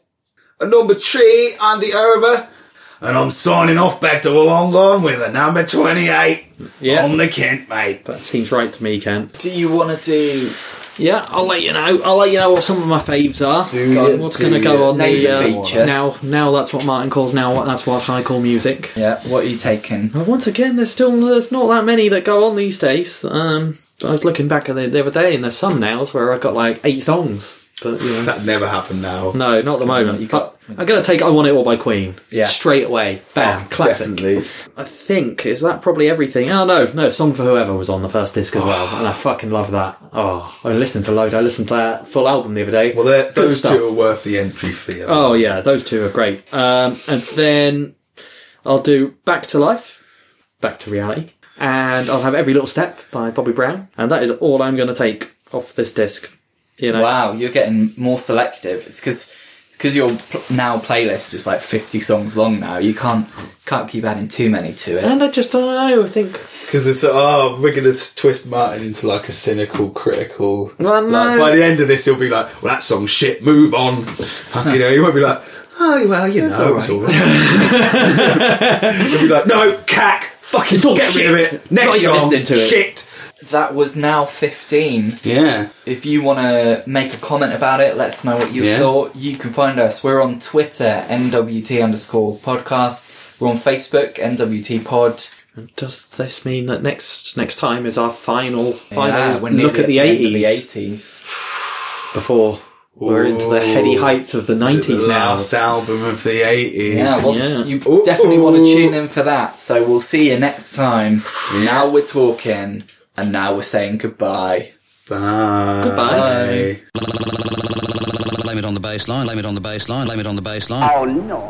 S3: A number three on the Erba. And I'm signing off back to Wollongong with a number 28
S1: Yeah.
S3: on the Kent, mate.
S1: That seems right to me, Ken.
S2: do you want to do
S1: Yeah, I'll let you know. I'll let you know what some of my faves are.
S3: Do ya,
S1: what's
S3: do
S1: going to go
S3: ya,
S1: on
S2: name
S1: the
S2: a
S1: uh,
S2: feature?
S1: now? Now that's what Martin calls now. What that's what I call music.
S2: Yeah, what are you taking?
S1: But once again, there's still there's not that many that go on these days. Um, I was looking back at the, the other day, and there's some nows where I got like eight songs. But you
S3: [LAUGHS]
S1: know,
S3: That never happened now.
S1: no, not at the moment.
S2: you got-
S1: But I'm going to take "I Want It All" by Queen.
S2: Yeah.
S1: straight away, bam, classic.
S3: Oh, Definitely.
S1: I think is that probably everything. Oh no, no, song for whoever was on the first disc as well, and I fucking love that. Oh, I listened to load. I listened to that full album the other day.
S3: Well, they're-
S1: Good
S3: those
S1: stuff.
S3: two are worth the entry fee. I
S1: Oh yeah, those two are great. Um, and then I'll do Back to Life, Back to Reality, and I'll have Every Little Step by Bobby Brown, and that is all I'm going to take off this disc. You know,
S2: Wow, you're getting more selective. It's because your pl- now playlist is like 50 songs long now. You can't can't keep adding too many to it.
S1: and I just don't know. I think
S3: Because it's oh, we're gonna twist Martin into like a cynical, critical.
S1: Well, no.
S3: like, by the end of this, he'll be like, "Well, that song's shit. Move on." Fuck, you know, he won't be like, "Ah, oh well, you know, it's all right. [LAUGHS] They'll be like, no, cack, fucking
S1: all
S3: get rid of
S1: shit.
S3: it. Next
S1: Not even
S3: song,
S1: listening to it.
S3: shit.
S2: That was now 15.
S3: Yeah,
S2: If you want to make a comment about it, let us know what you
S3: Yeah.
S2: thought. You can find us. We're on Twitter, NWT underscore podcast. We're on Facebook, NWT pod.
S1: Does this mean that next next time is our final
S2: Yeah,
S1: final
S2: we're
S1: look
S2: nearly
S1: at the
S2: end of The
S1: eighties
S2: 80s.
S1: before we're into the heady heights of the nineties
S3: the
S1: now?
S3: last album of the eighties.
S2: Yeah, well,
S1: Yeah.
S2: you
S3: Ooh.
S2: definitely want to tune in for that. So we'll see you next time. Now we're talking, and now we're saying goodbye.
S3: Bye.
S1: Goodbye.
S9: Lame it on the baseline, lame it on the baseline, lame it on the baseline.